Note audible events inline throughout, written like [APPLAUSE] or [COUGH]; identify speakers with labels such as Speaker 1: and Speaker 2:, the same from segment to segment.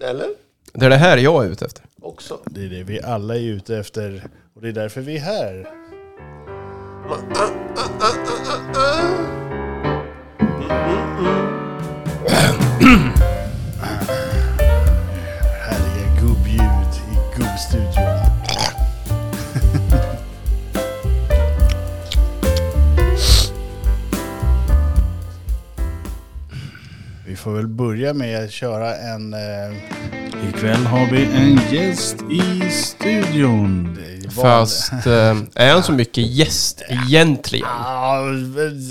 Speaker 1: Eller?
Speaker 2: Det är det här jag är ute efter.
Speaker 1: Också.
Speaker 3: Det är det vi alla är ute efter. Och det är därför vi är här. Härliga gubbljud i gubbstudion. [LAUGHS] Vi får väl börja med att köra en... Eh,
Speaker 4: Ikväll har vi en gäst i studion.
Speaker 2: Fast eh, är han så mycket gäst egentligen?
Speaker 3: Ja,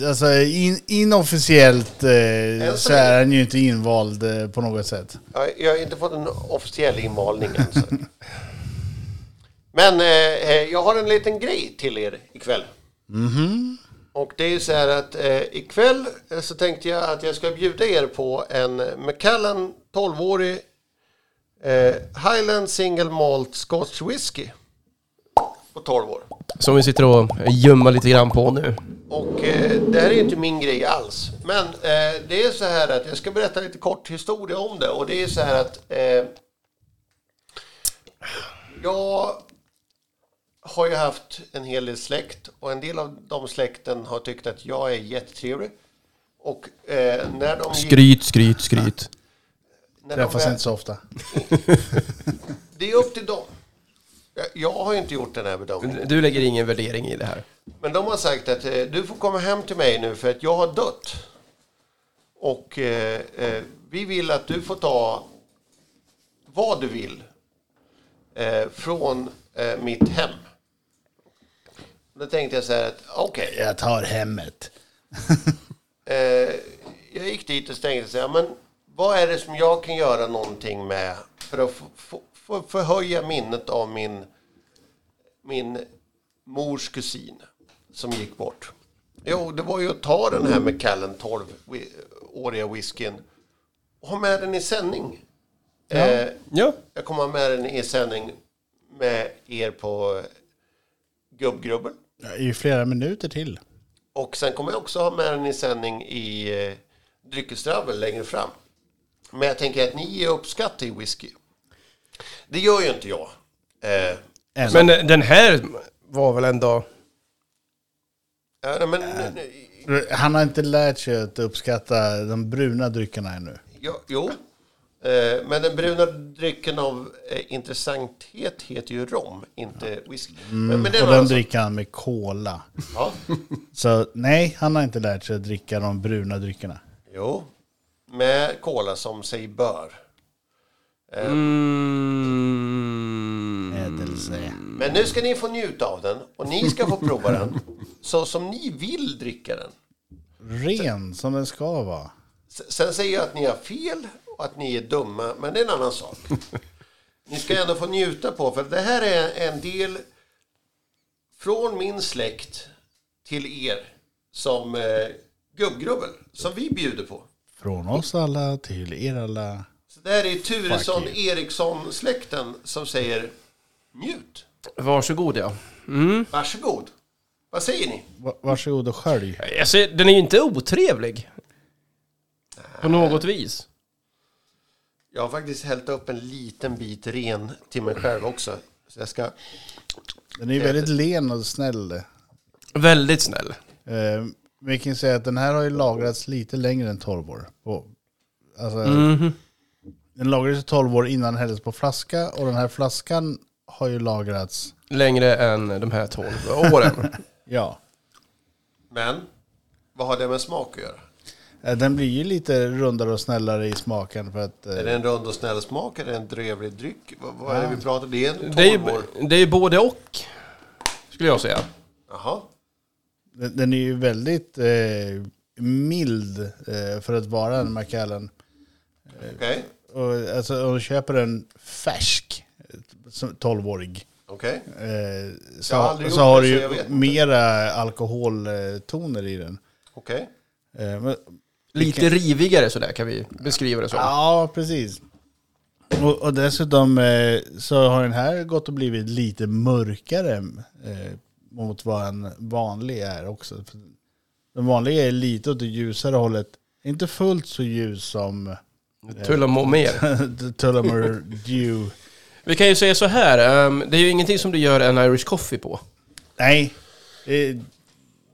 Speaker 3: alltså in, inofficiellt eh,
Speaker 1: så
Speaker 3: så är han ju inte invald eh, på något sätt.
Speaker 1: Jag, jag har inte fått en officiell inmalning än. så. Men eh, eh, jag har en liten grej till er ikväll. Och det är ju så här att eh, ikväll eh, så tänkte jag att jag ska bjuda er på en Macallan 12-årig eh, Highland Single Malt Scotch Whisky. På 12 år.
Speaker 2: Som vi sitter och gömmer lite grann på nu.
Speaker 1: Och eh, det här är ju inte min grej alls. Men eh, det är så här att jag ska berätta lite kort historia om det. Och det är så här att eh, jag har ju haft en hel del släkt och en del av de släkten har tyckt att jag är jättetrevlig. Och eh, när de...
Speaker 2: Skryt, skryt, skryt.
Speaker 1: när de
Speaker 3: Träffas
Speaker 1: väl-
Speaker 3: inte så ofta.
Speaker 1: det är upp till dem. Jag, jag har ju inte gjort den här bedömningen.
Speaker 2: Du lägger ingen värdering i det här.
Speaker 1: Men de har sagt att eh, du får komma hem till mig nu för att jag har dött. Och eh, eh, vi vill att du får ta vad du vill eh, från eh, mitt hem. Då tänkte jag så här att okej.
Speaker 3: Jag tar hemmet.
Speaker 1: Eh, jag gick dit och tänkte så här, men vad är det som jag kan göra någonting med för att få- få- få- förhöja minnet av min, min mors kusin som gick bort? Jo, det var ju att ta den här med Callen 12-åriga whiskyn och ha med den i sändning. Eh,
Speaker 2: Ja.
Speaker 1: jag kommer ha med den i sändning med er på eh, Gubbgrubben.
Speaker 3: I flera minuter till.
Speaker 1: Och sen kommer jag också ha med den i sändning i eh, dryckesdravel längre fram. Men jag tänker att ni uppskattar ju whisky. Det gör ju inte jag. Eh,
Speaker 3: Än.
Speaker 2: Men eh, den här var väl ändå...
Speaker 1: ja, nej, men,
Speaker 3: Eh.
Speaker 1: eh, nu- nu-
Speaker 3: Han har inte lärt sig att uppskatta de bruna dryckerna ännu.
Speaker 1: ja, jo, eh, men den bruna drycken av eh, intressanthet heter ju rom, inte whisky. men, men det
Speaker 3: Mm, Och
Speaker 1: var
Speaker 3: den
Speaker 1: alltså,
Speaker 3: dricker han med cola.
Speaker 1: ja,
Speaker 3: Så nej, han har inte lärt sig att dricka de bruna dryckerna.
Speaker 1: jo, med cola som sig bör.
Speaker 2: Mm.
Speaker 3: Ädelse.
Speaker 1: Men nu ska ni få njuta av den och ni ska få prova
Speaker 3: [LAUGHS]
Speaker 1: den så som ni vill dricka den.
Speaker 3: Ren som den ska vara.
Speaker 1: S- Sen säger jag att ni har fel och att ni är dumma, men det är en annan sak. Ni ska ändå få njuta på, för det här är en del från min släkt till er som eh, gubbgrubbel, som vi bjuder på.
Speaker 3: Från oss alla till er alla.
Speaker 1: Så det här är Turesson-Eriksson-släkten som säger njut,
Speaker 2: Varsågod ja.
Speaker 1: varsågod. Vad säger ni?
Speaker 3: Va- Varsågod och skölj.
Speaker 2: Alltså, den är ju inte otrevlig. På något vis.
Speaker 1: Jag har faktiskt hällt upp en liten bit ren till mig själv också. Så jag ska...
Speaker 3: Den är ju väldigt len och snäll.
Speaker 2: Väldigt snäll.
Speaker 3: Eh, vi kan ju säga att den här har ju lagrats lite längre än 12 år. På, alltså, Den lagrades i 12 år innan den hälldes på flaska och den här flaskan har ju lagrats,
Speaker 2: Längre än de här 12 åren.
Speaker 3: ja.
Speaker 1: Men, vad har det med smak att göra?
Speaker 3: Eh, Den blir ju lite rundare och snällare i smaken för att...
Speaker 1: Är
Speaker 3: Eh,
Speaker 1: det en rund och snäll smak? Är det en drövlig dryck? Vad, vad är det vi pratar om? Det är en
Speaker 2: [LAUGHS] Ah. Det är, ju,
Speaker 1: torrvår.
Speaker 2: det är ju både och, skulle jag säga.
Speaker 1: Jaha.
Speaker 3: den den är ju väldigt eh, mild eh, för att vara en Macallan.
Speaker 1: Okej.
Speaker 3: Och, alltså om du köper en färsk, eh, som 12-årig,
Speaker 1: Okej.
Speaker 3: eh, så,
Speaker 1: Jag har aldrig
Speaker 3: så
Speaker 1: gjort
Speaker 3: har
Speaker 1: det,
Speaker 3: du
Speaker 1: så jag vet
Speaker 3: ju
Speaker 1: inte.
Speaker 3: mera alkoholtoner i den.
Speaker 1: Okej.
Speaker 3: Eh, men-
Speaker 2: Lite rivigare sådär kan vi beskriva det som.
Speaker 3: Ja, precis. Och, och dessutom eh, så har den här gått och blivit lite mörkare eh, mot vad en vanlig är också. För Den vanliga är lite åt det ljusare hållet. Inte fullt så ljus som [LAUGHS]
Speaker 2: Tullamore Eh. mer.
Speaker 3: Tullamore Dew.
Speaker 2: Vi kan ju säga så här, ehm, det är ju ingenting som du gör en Irish coffee på.
Speaker 3: Nej, det,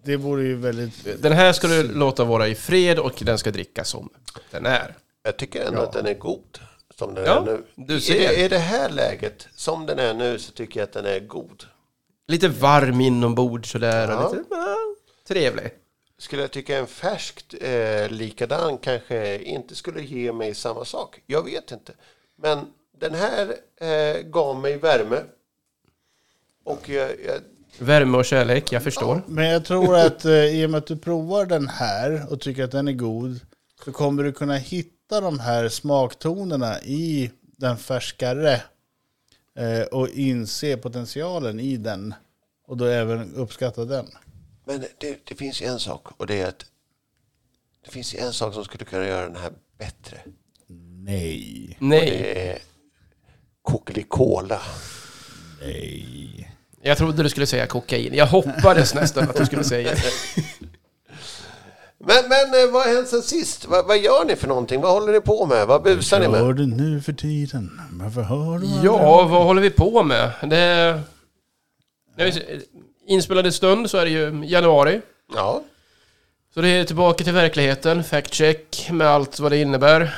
Speaker 3: det vore ju väldigt...
Speaker 2: Den här ska du låta vara i fred och den ska drickas som den är.
Speaker 1: Jag tycker ändå att den är god som den
Speaker 2: Ja,
Speaker 1: är nu.
Speaker 2: du
Speaker 1: I,
Speaker 2: ser.
Speaker 1: det, I det här läget, som den är nu, så tycker jag att den är god.
Speaker 2: Lite varm inombords sådär.
Speaker 1: Ja.
Speaker 2: Och lite, ah, trevlig.
Speaker 1: Skulle jag tycka en färskt eh, likadan kanske inte skulle ge mig samma sak. Jag vet inte. Men den här eh, gav mig värme. Och jag, jag,
Speaker 2: Värme och kärlek, jag förstår.
Speaker 3: Men jag tror att eh, i och med att du provar den här och tycker att den är god så kommer du kunna hitta de här smaktonerna i den färskare eh, och inse potentialen i den och då även uppskatta den.
Speaker 1: men det, det finns ju en sak och det är att det finns ju en sak som skulle kunna göra den här bättre.
Speaker 3: Nej.
Speaker 2: Nej,
Speaker 1: Det är Coca-Cola.
Speaker 2: jag trodde du skulle säga kokain. Jag hoppades nästan att du skulle säga det.
Speaker 1: Men, men eh, vad har hänt sen sist? Vad, vad gör ni för någonting? Vad håller ni på med? Vad busar ni
Speaker 3: Vad
Speaker 1: med?
Speaker 3: hör du nu för tiden? Varför hör du aldrig?
Speaker 2: [LAUGHS] Ja, vad håller vi på med? Det... Ja, just- Inspelad i stund så är det ju januari.
Speaker 1: Ja,
Speaker 2: Så det är tillbaka till verkligheten, fact check med allt vad det innebär.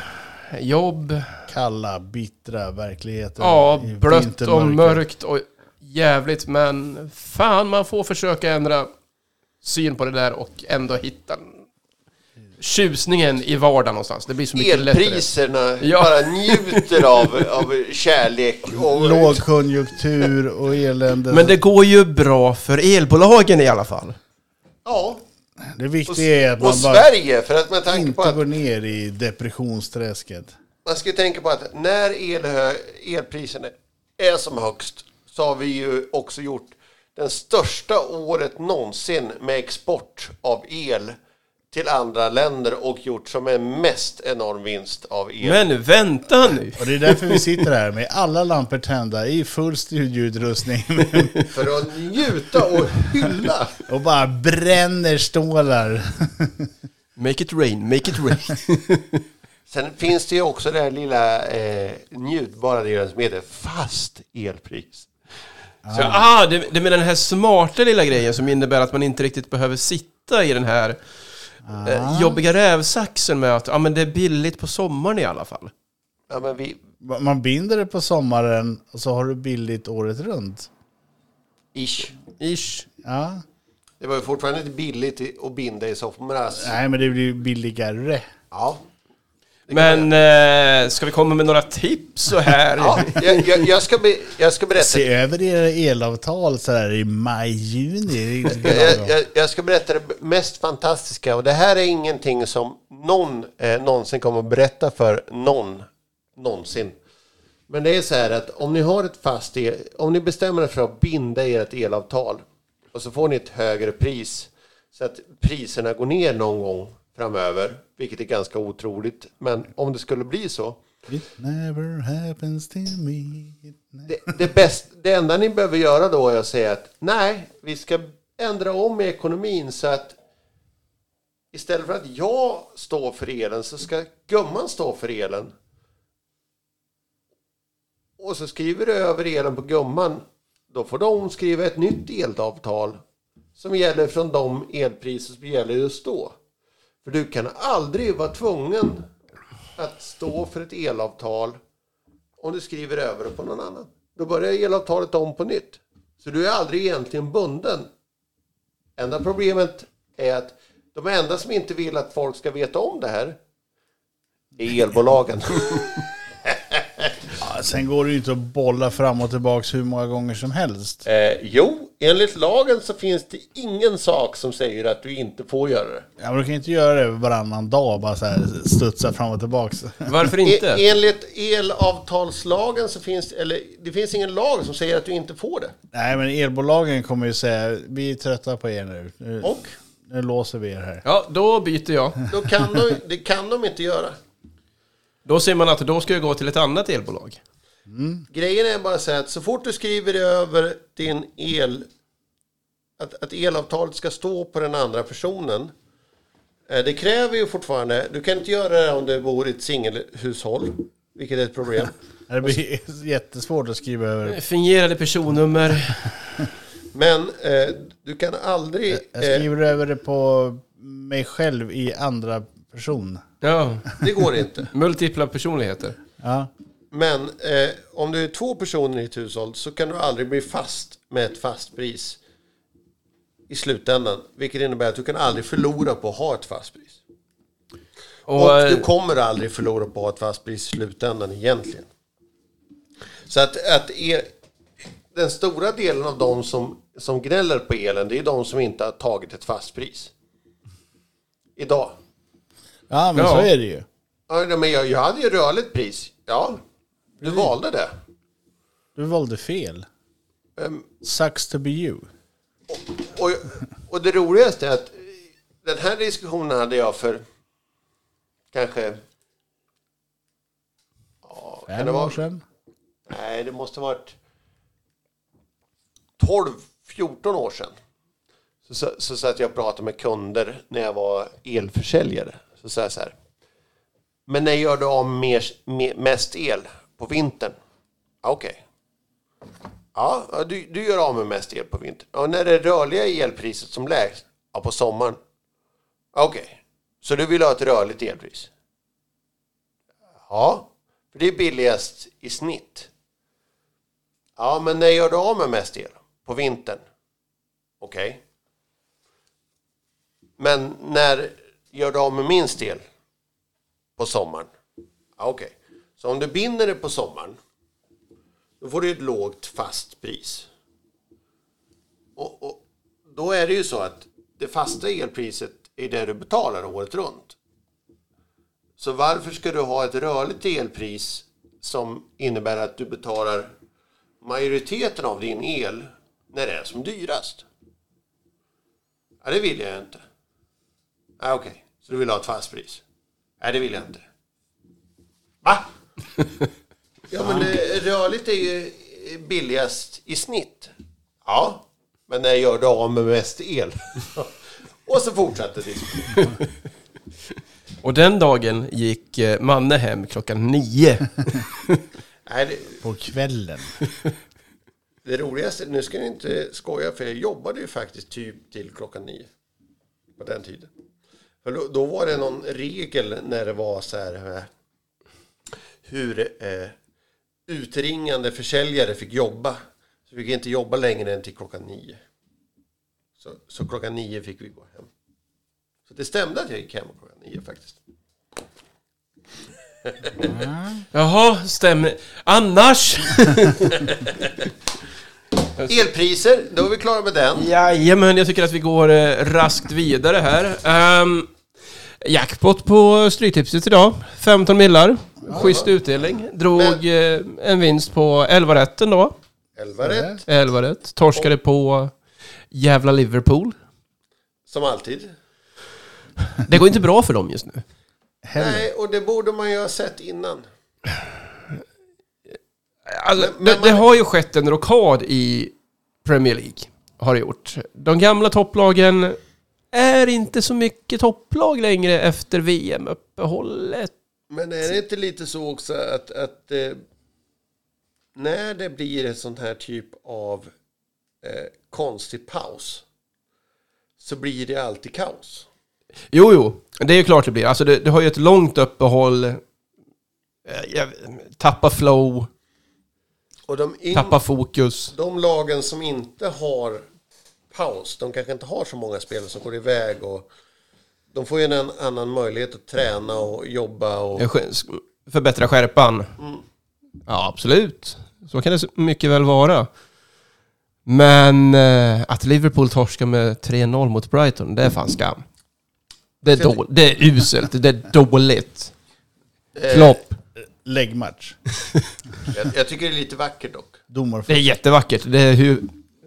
Speaker 2: Jobb,
Speaker 3: Kalla, bittra verkligheten.
Speaker 2: ja,
Speaker 3: i
Speaker 2: blött och
Speaker 3: vintermörkret.
Speaker 2: mörkt och jävligt men fan man får försöka ändra syn på det där och ändå hitta tjusningen i vardagen någonstans. Det blir så mycket lättare.
Speaker 1: elpriserna
Speaker 2: Ja.
Speaker 1: bara njuter av, av kärlek och
Speaker 3: Lågkonjunktur och elände.
Speaker 2: Men det går ju bra för elbolagen i alla fall.
Speaker 1: Ja,
Speaker 3: det viktiga är att man
Speaker 1: och
Speaker 3: bara
Speaker 1: Sverige, för att man tänker på
Speaker 3: inte
Speaker 1: att
Speaker 3: går ner i depressionsträsket.
Speaker 1: man ska ju tänka på att när elhö, elpriserna är som högst så har vi ju också gjort den största året någonsin med export av el till andra länder och gjort som en mest enorm vinst av el.
Speaker 2: Men vänta nu!
Speaker 3: Och det är därför vi sitter här med alla lampor tända i full studioutrustning [LAUGHS]
Speaker 1: För att njuta och hylla.
Speaker 3: och bara bränner stålar.
Speaker 2: Make it rain, make it rain.
Speaker 1: Sen finns det ju också det här lilla eh, njutbara delen som heter fast elpris.
Speaker 2: Så, ah, det, det med den här smarta lilla grejen som innebär att man inte riktigt behöver sitta i den här eh, jobbiga rävsaxen med att ah, men det är billigt på sommaren i alla fall.
Speaker 1: Ja, men vi,
Speaker 3: Man binder det på sommaren och så har du billigt året runt.
Speaker 1: ish.
Speaker 2: Ish.
Speaker 3: Ja.
Speaker 1: Det var ju fortfarande inte billigt i- att binda i soffmorras.
Speaker 3: Nej, men det blir billigare.
Speaker 1: Ja.
Speaker 2: Men eh, ska vi komma med några tips så
Speaker 1: [LAUGHS]
Speaker 2: här?
Speaker 1: Ja, jag, jag, jag, ska be, jag ska berätta.
Speaker 3: Se över era elavtal så här i maj-juni.
Speaker 1: Jag, jag, jag ska berätta det mest fantastiska och det här är ingenting som någon eh, någonsin kommer att berätta för någon någonsin. Men det är så här att om ni har ett fast el, om ni bestämmer er för att binda ert elavtal och så får ni ett högre pris så att priserna går ner någon gång framöver, vilket är ganska otroligt. Men om det skulle bli så,
Speaker 3: It never happens to me. It ne-
Speaker 1: det, det, bäst, det enda ni behöver göra då är att säga att nej, vi ska ändra om ekonomin så att istället för att jag står för elen så ska gumman stå för elen. Och så skriver du över elen på gumman. Då får de skriva ett nytt elavtal som gäller från de elpriser som gäller just då. För du kan aldrig vara tvungen att stå för ett elavtal om du skriver över det på någon annan. Då börjar elavtalet om på nytt. Så du är aldrig egentligen bunden. Enda problemet är att de enda som inte vill att folk ska veta om det här är elbolagen.
Speaker 3: Ja, Sen går det ju inte att bolla fram och tillbaks hur många gånger som helst.
Speaker 1: eh, jo, enligt lagen så finns det ingen sak som säger att du inte får göra det.
Speaker 3: Ja, men du kan ju inte göra det varannan dag bara så här studsa fram och tillbaks. [LAUGHS]
Speaker 2: Varför
Speaker 1: E-
Speaker 2: inte?
Speaker 1: enligt elavtalslagen så finns eller det finns ingen lag som säger att du inte får det.
Speaker 3: Nej, men elbolagen kommer ju säga vi är trötta på er nu. Nu,
Speaker 1: Och
Speaker 3: nu låser vi er här.
Speaker 2: Ja, då byter jag.
Speaker 1: då kan de, det kan de inte göra.
Speaker 2: Då ser man att då ska jag gå till ett annat elbolag.
Speaker 1: Grejen är bara så här att så fort du skriver över din el, att, att elavtalet ska stå på den andra personen, Eh, Det kräver ju fortfarande, du kan inte göra det om du bor i ett singelhushåll, vilket är ett
Speaker 3: [LAUGHS]
Speaker 1: problem.
Speaker 3: Det blir [LAUGHS] jättesvårt att skriva över.
Speaker 2: Fingerade personnummer.
Speaker 1: Men eh, du kan aldrig...
Speaker 3: Jag
Speaker 1: eh,
Speaker 3: skriver över det på mig själv i andra person.
Speaker 2: Ja,
Speaker 1: eh, det går inte.
Speaker 2: multipla personligheter.
Speaker 3: Ja.
Speaker 1: Men eh, om du är två personer i ett hushåll så kan du aldrig bli fast med ett fast pris i slutändan. Vilket innebär att du kan aldrig förlora på att ha ett fast pris.
Speaker 2: Och,
Speaker 1: Och
Speaker 2: eh,
Speaker 1: du kommer aldrig förlora på att ha ett fast pris i slutändan egentligen. Så att, att er, den stora delen av de som, som gnäller på elen, det är de som inte har tagit ett fast pris. Idag.
Speaker 3: ja, men
Speaker 2: Ja.
Speaker 3: så är det ju.
Speaker 1: Ja, nej, men jag, jag hade ju rörligt pris. Ja, du valde det.
Speaker 3: Du valde fel.
Speaker 1: Ehm,
Speaker 3: Sucks to be you.
Speaker 1: Och, och det roligaste är att eh, den här diskussionen hade jag för kanske... Ja, kan
Speaker 3: Fem
Speaker 1: det vara-
Speaker 3: år sedan.
Speaker 1: Nej, det måste ha varit 12-14 år sedan. Så, så, så satt jag och pratade med kunder när jag var elförsäljare. Så sa jag så här. Men när gör du av mer, me- mest el? På vintern? Ja, Okej. Ja, ja, du, du gör av med mest el på vintern. Ja, när är rörliga elpriset som lägst? Ja, på sommaren. Ja, Okej. Så du vill ha ett rörligt elpris? Ja, för det är billigast i snitt. Ja, men när gör du av med mest el? På vintern? Okej. Men när gör du av med minst el? På sommaren? Ja, Okej. Så om du binder det på sommaren, då får du ett lågt fast pris. Och, och då är det ju så att det fasta elpriset är det du betalar året runt. Så varför ska du ha ett rörligt elpris som innebär att du betalar majoriteten av din el när det är som dyrast? Ja, det vill jag inte. Ja, Okej, så du vill ha ett fast pris? Nej, det vill jag inte. Va? Ja, men eh, rörligt är ju eh, billigast i snitt. Ja, men när gör du av med mest el? [LAUGHS] Och så fortsatte diskussionen.
Speaker 2: Och den dagen gick eh, Manne hem klockan nio.
Speaker 1: Nej, det,
Speaker 3: På kvällen.
Speaker 1: Det roligaste, nu ska jag inte skoja för jag jobbade ju faktiskt typ till klockan nio. På den tiden. För då, då var det någon regel när det var så här eh, hur eh, utringande försäljare fick jobba. Så vi fick inte jobba längre än till klockan nio. Så, så klockan nio fick vi gå hem. Så det stämde att jag gick hem klockan nio faktiskt.
Speaker 2: Jaha, stämmer. Annars?
Speaker 1: Elpriser, då är vi klara med den.
Speaker 2: [LAUGHS] Mm. Jajamän, jag tycker att vi går eh, raskt vidare här. Ehm, jackpot på Stryktipset idag. 15 millar. Schysst utdelning. Drog eh, en vinst på 11 rätten då.
Speaker 1: Elva
Speaker 3: Mm. Eh,
Speaker 1: rätt,
Speaker 2: 11 rätt. Torskade på jävla Liverpool.
Speaker 1: som alltid.
Speaker 2: Det går inte bra för dem just nu.
Speaker 1: Nej, och det borde man ju ha sett innan.
Speaker 2: Alltså,
Speaker 1: Men-
Speaker 2: det,
Speaker 1: men-
Speaker 2: det har ju skett en rockad i Premier League. Har det gjort. De gamla topplagen är inte så mycket topplag längre efter VM-uppehållet.
Speaker 1: Men är det inte lite så också att, att eh, när det blir en sån här typ av eh, konstig paus så blir det alltid kaos.
Speaker 2: Jo, jo. Det är ju klart det blir. Alltså det, det har ju ett långt uppehåll. Eh, Jag, tappa flow,
Speaker 1: Och de, in,
Speaker 2: tappa fokus.
Speaker 1: de lagen som inte har paus, de kanske inte har så många spelare som går iväg och de får ju en annan möjlighet att träna och jobba och
Speaker 2: Eh, sk- sk- Förbättra skärpan. Ja, absolut. Så kan det s- mycket väl vara. Men eh, att Liverpool torskar med 3-0 mot Brighton, det är fan skam. Det är, då, det är uselt, det är dåligt. Klopp.
Speaker 3: Läggmatch.
Speaker 1: jag, jag tycker det är lite vackert dock.
Speaker 2: Det är
Speaker 3: Domarfot.
Speaker 2: jättevackert. Det är hur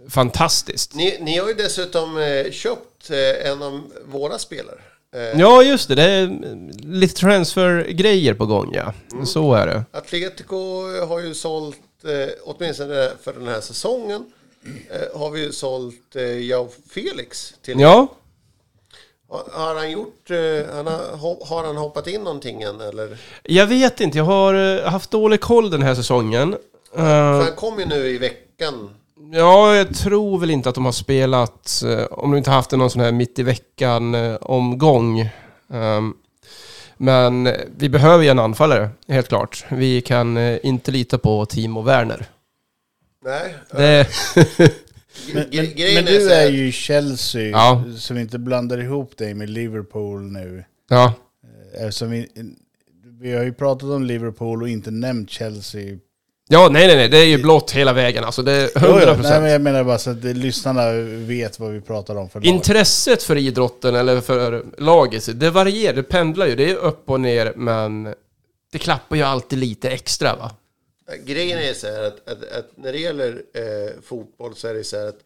Speaker 2: fantastiskt.
Speaker 1: Ni, ni har ju dessutom eh, köpt eh, en av våra spelare. Eh,
Speaker 2: Ja, just det. Det är eh, lite transfergrejer på gång, ja. Så är det.
Speaker 1: Atletico har ju sålt, eh, åtminstone för den här säsongen, eh, har vi ju sålt eh, Jao Felix till.
Speaker 2: Ja,
Speaker 1: Har- Har han gjort... eh, Han har, ho- har han hoppat in någonting än eller?
Speaker 2: Jag vet inte, jag har eh, haft dålig koll den här säsongen. Eh,
Speaker 1: För han kom ju nu i veckan.
Speaker 2: ja, jag tror väl inte att de har spelat, eh, om de inte haft någon sån här mitt i eh, veckan-omgång. Ehm, men eh, vi behöver ju en anfallare, helt klart. Vi kan eh, inte lita på Timo Werner.
Speaker 1: Nej.
Speaker 2: Det,
Speaker 1: Gre-
Speaker 3: Men, men,
Speaker 1: grejen
Speaker 3: men
Speaker 1: är, så
Speaker 3: du
Speaker 1: här-
Speaker 3: är ju i Chelsea,
Speaker 2: Ja.
Speaker 3: så vi inte blandar ihop dig med Liverpool nu.
Speaker 2: [LAUGHS] ja,
Speaker 3: Eftersom vi, vi har ju pratat om Liverpool och inte nämnt Chelsea.
Speaker 2: ja, nej, nej, nej, det är ju blått hela vägen. Alltså, det är 100
Speaker 3: Nej,
Speaker 2: procent.
Speaker 3: men jag menar bara så att det- lyssnarna vet vad vi pratar om för lag.
Speaker 2: Intresset för idrotten eller för laget, det varierar, det pendlar ju. Det är upp och ner, men det klappar ju alltid lite extra va?
Speaker 1: Grejen är så här att, att, att när det gäller eh, fotboll så är det så här att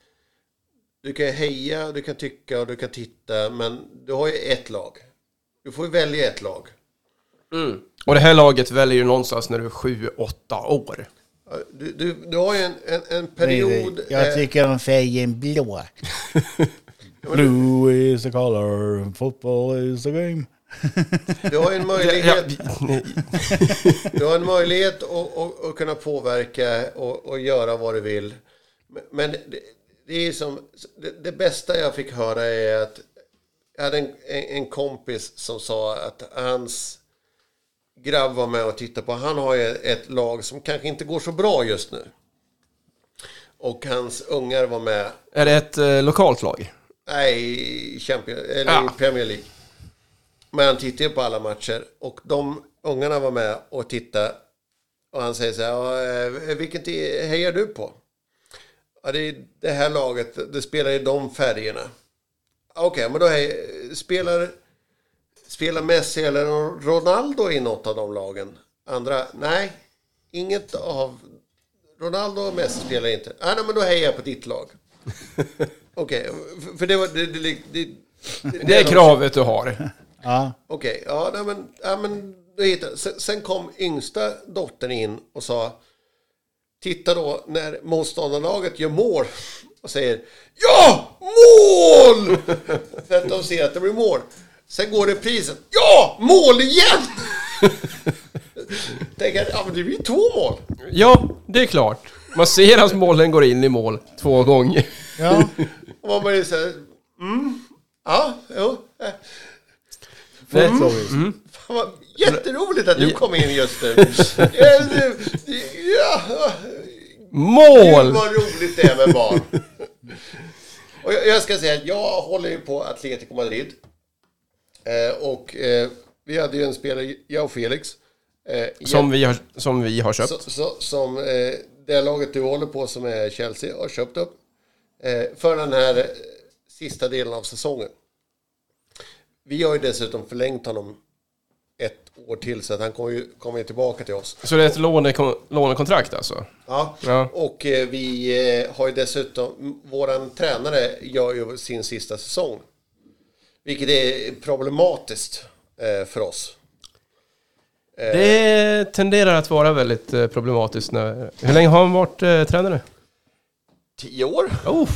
Speaker 1: du kan heja, du kan tycka och du kan titta men du har ju ett lag. Du får ju välja ett lag.
Speaker 2: Och det här laget väljer ju någonstans när du är 7-8 år.
Speaker 1: Du, du, du har ju en, en, en
Speaker 3: Nej,
Speaker 1: period...
Speaker 3: nej. Jag
Speaker 1: eh,
Speaker 3: tycker om
Speaker 2: [LAUGHS]
Speaker 3: färgen blå. Blue is the color, football is the game.
Speaker 1: Du har ju
Speaker 3: [LAUGHS]
Speaker 1: en
Speaker 2: Ja,
Speaker 1: möjlighet,
Speaker 2: vi-
Speaker 1: du har en möjlighet att, att, att kunna påverka och, och göra vad du vill. Men- Men det, det är som, det, det bästa jag fick höra är att jag hade en, en en kompis som sa att hans grabb var med och tittade på. Han har ju ett lag som kanske inte går så bra just nu. Och hans ungar var med.
Speaker 2: är det ett eh, lokalt lag?
Speaker 1: Nej, i Champions, eller
Speaker 2: Ja.
Speaker 1: i Premier League. Men han tittar ju på alla matcher och de ungarna var med och tittade. Och han säger så här, "Ja, eh, vilket i- hejar du på? Ja, det är det här laget, det spelar i de färgerna. Ah, Okej, men då hej, spelar, spelar Messi eller Ronaldo i något av de lagen? Andra, nej, inget av... Ronaldo och Messi spelar inte. Ah, nej, men då hejar jag på ditt
Speaker 2: [LAUGHS]
Speaker 1: lag. Okej, för- för det var... Det, det, det,
Speaker 2: Det är kravet du har.
Speaker 3: Ja,
Speaker 1: Okej, ja, nej, men, ja, men du hittar. Sen, sen kom yngsta dottern in och sa Titta då när motståndarlaget gör mål och säger Ja! Mål! [LAUGHS] För att de ser att det blir mål. Sen går reprisen. Ja! Mål igen! [LAUGHS] Tänker att ja, men det blir ju två mål.
Speaker 2: Ja, det är klart. Man ser hans mål, den går in i mål två gånger. [LAUGHS]
Speaker 3: ja.
Speaker 1: Och man blir så här, mm, ja, jo. eh,
Speaker 3: fullt logiskt.
Speaker 1: Fan vad jätteroligt att du kom in just nu. Ja, det- ja. Gud
Speaker 2: Mål!
Speaker 1: vad roligt det är med barn. och jag, jag ska säga att jag håller ju på Atletico Madrid. Eh, och eh, vi hade ju en spelare, jag och Felix. Eh,
Speaker 2: Som vi har, som vi har köpt.
Speaker 1: så, så, som eh, det laget du håller på som är Chelsea har köpt upp. Eh, för den här eh, sista delen av säsongen. Vi har ju dessutom förlängt honom ett år till så att han kommer ju kommer ju tillbaka till oss.
Speaker 2: Så det är ett lånekon- lånekontrakt alltså?
Speaker 1: Ja.
Speaker 2: Ja.
Speaker 1: Och eh, vi eh, har ju dessutom, m- våran tränare gör ju sin sista säsong. Vilket är problematiskt eh, för oss.
Speaker 2: Eh. Det tenderar att vara väldigt eh, problematiskt. När, hur länge har han varit eh, tränare?
Speaker 1: Tio år?
Speaker 2: Oh,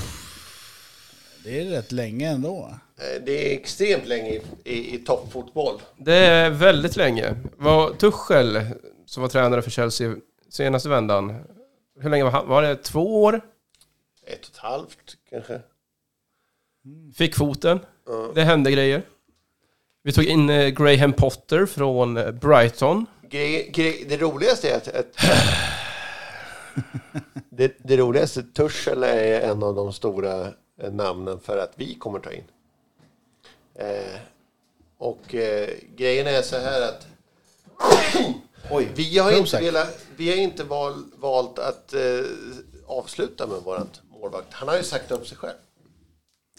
Speaker 3: Det är rätt länge ändå.
Speaker 1: Eh, Det är extremt länge i, i, i toppfotboll.
Speaker 2: det är väldigt länge. Var Tuchel, som var tränare för Chelsea senaste vändan, hur länge var han? Var det två år?
Speaker 1: Ett och ett halvt kanske.
Speaker 2: Fick foten. Det hände grejer. Vi tog in eh, Graham Potter från eh, Brighton.
Speaker 1: Gre- gre- det roligaste är att... [LAUGHS] att det, det roligaste, Tuchel är en av de stora eh, namnen för att vi kommer ta in. Eh, och eh, grejen är så här att... Oj, vi har inte,
Speaker 3: Prozac.
Speaker 1: velat, vi har inte val, valt att eh, avsluta med vårt målvakt. Han har ju sagt upp sig själv.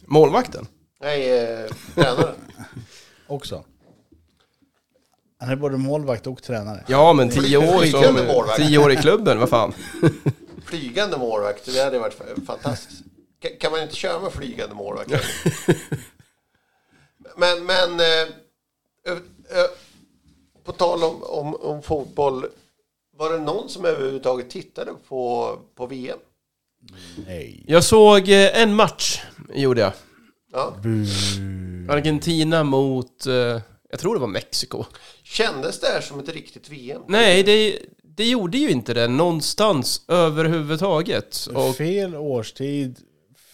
Speaker 2: Målvakten?
Speaker 1: Nej, eh, tränaren.
Speaker 3: Också. Han är både målvakt och tränare.
Speaker 2: Ja, men tio år, som,
Speaker 1: Flygande målvakt.
Speaker 2: tio år i klubben, vad fan.
Speaker 1: Flygande målvakt, det hade varit f- fantastiskt. Ka- Kan man inte köra med flygande
Speaker 2: [LAUGHS]
Speaker 1: målvakt? men, men... Eh, ö- ö- på tal om, om, om fotboll. Var det någon som överhuvudtaget tittade på, på VM?
Speaker 3: Nej.
Speaker 2: Jag såg eh, en match, gjorde jag.
Speaker 1: Ja.
Speaker 2: Argentina mot, eh, jag tror det var Mexiko.
Speaker 1: Kändes det här som ett riktigt VM?
Speaker 2: Nej, det, det gjorde ju inte det någonstans överhuvudtaget. Och
Speaker 3: Fel årstid,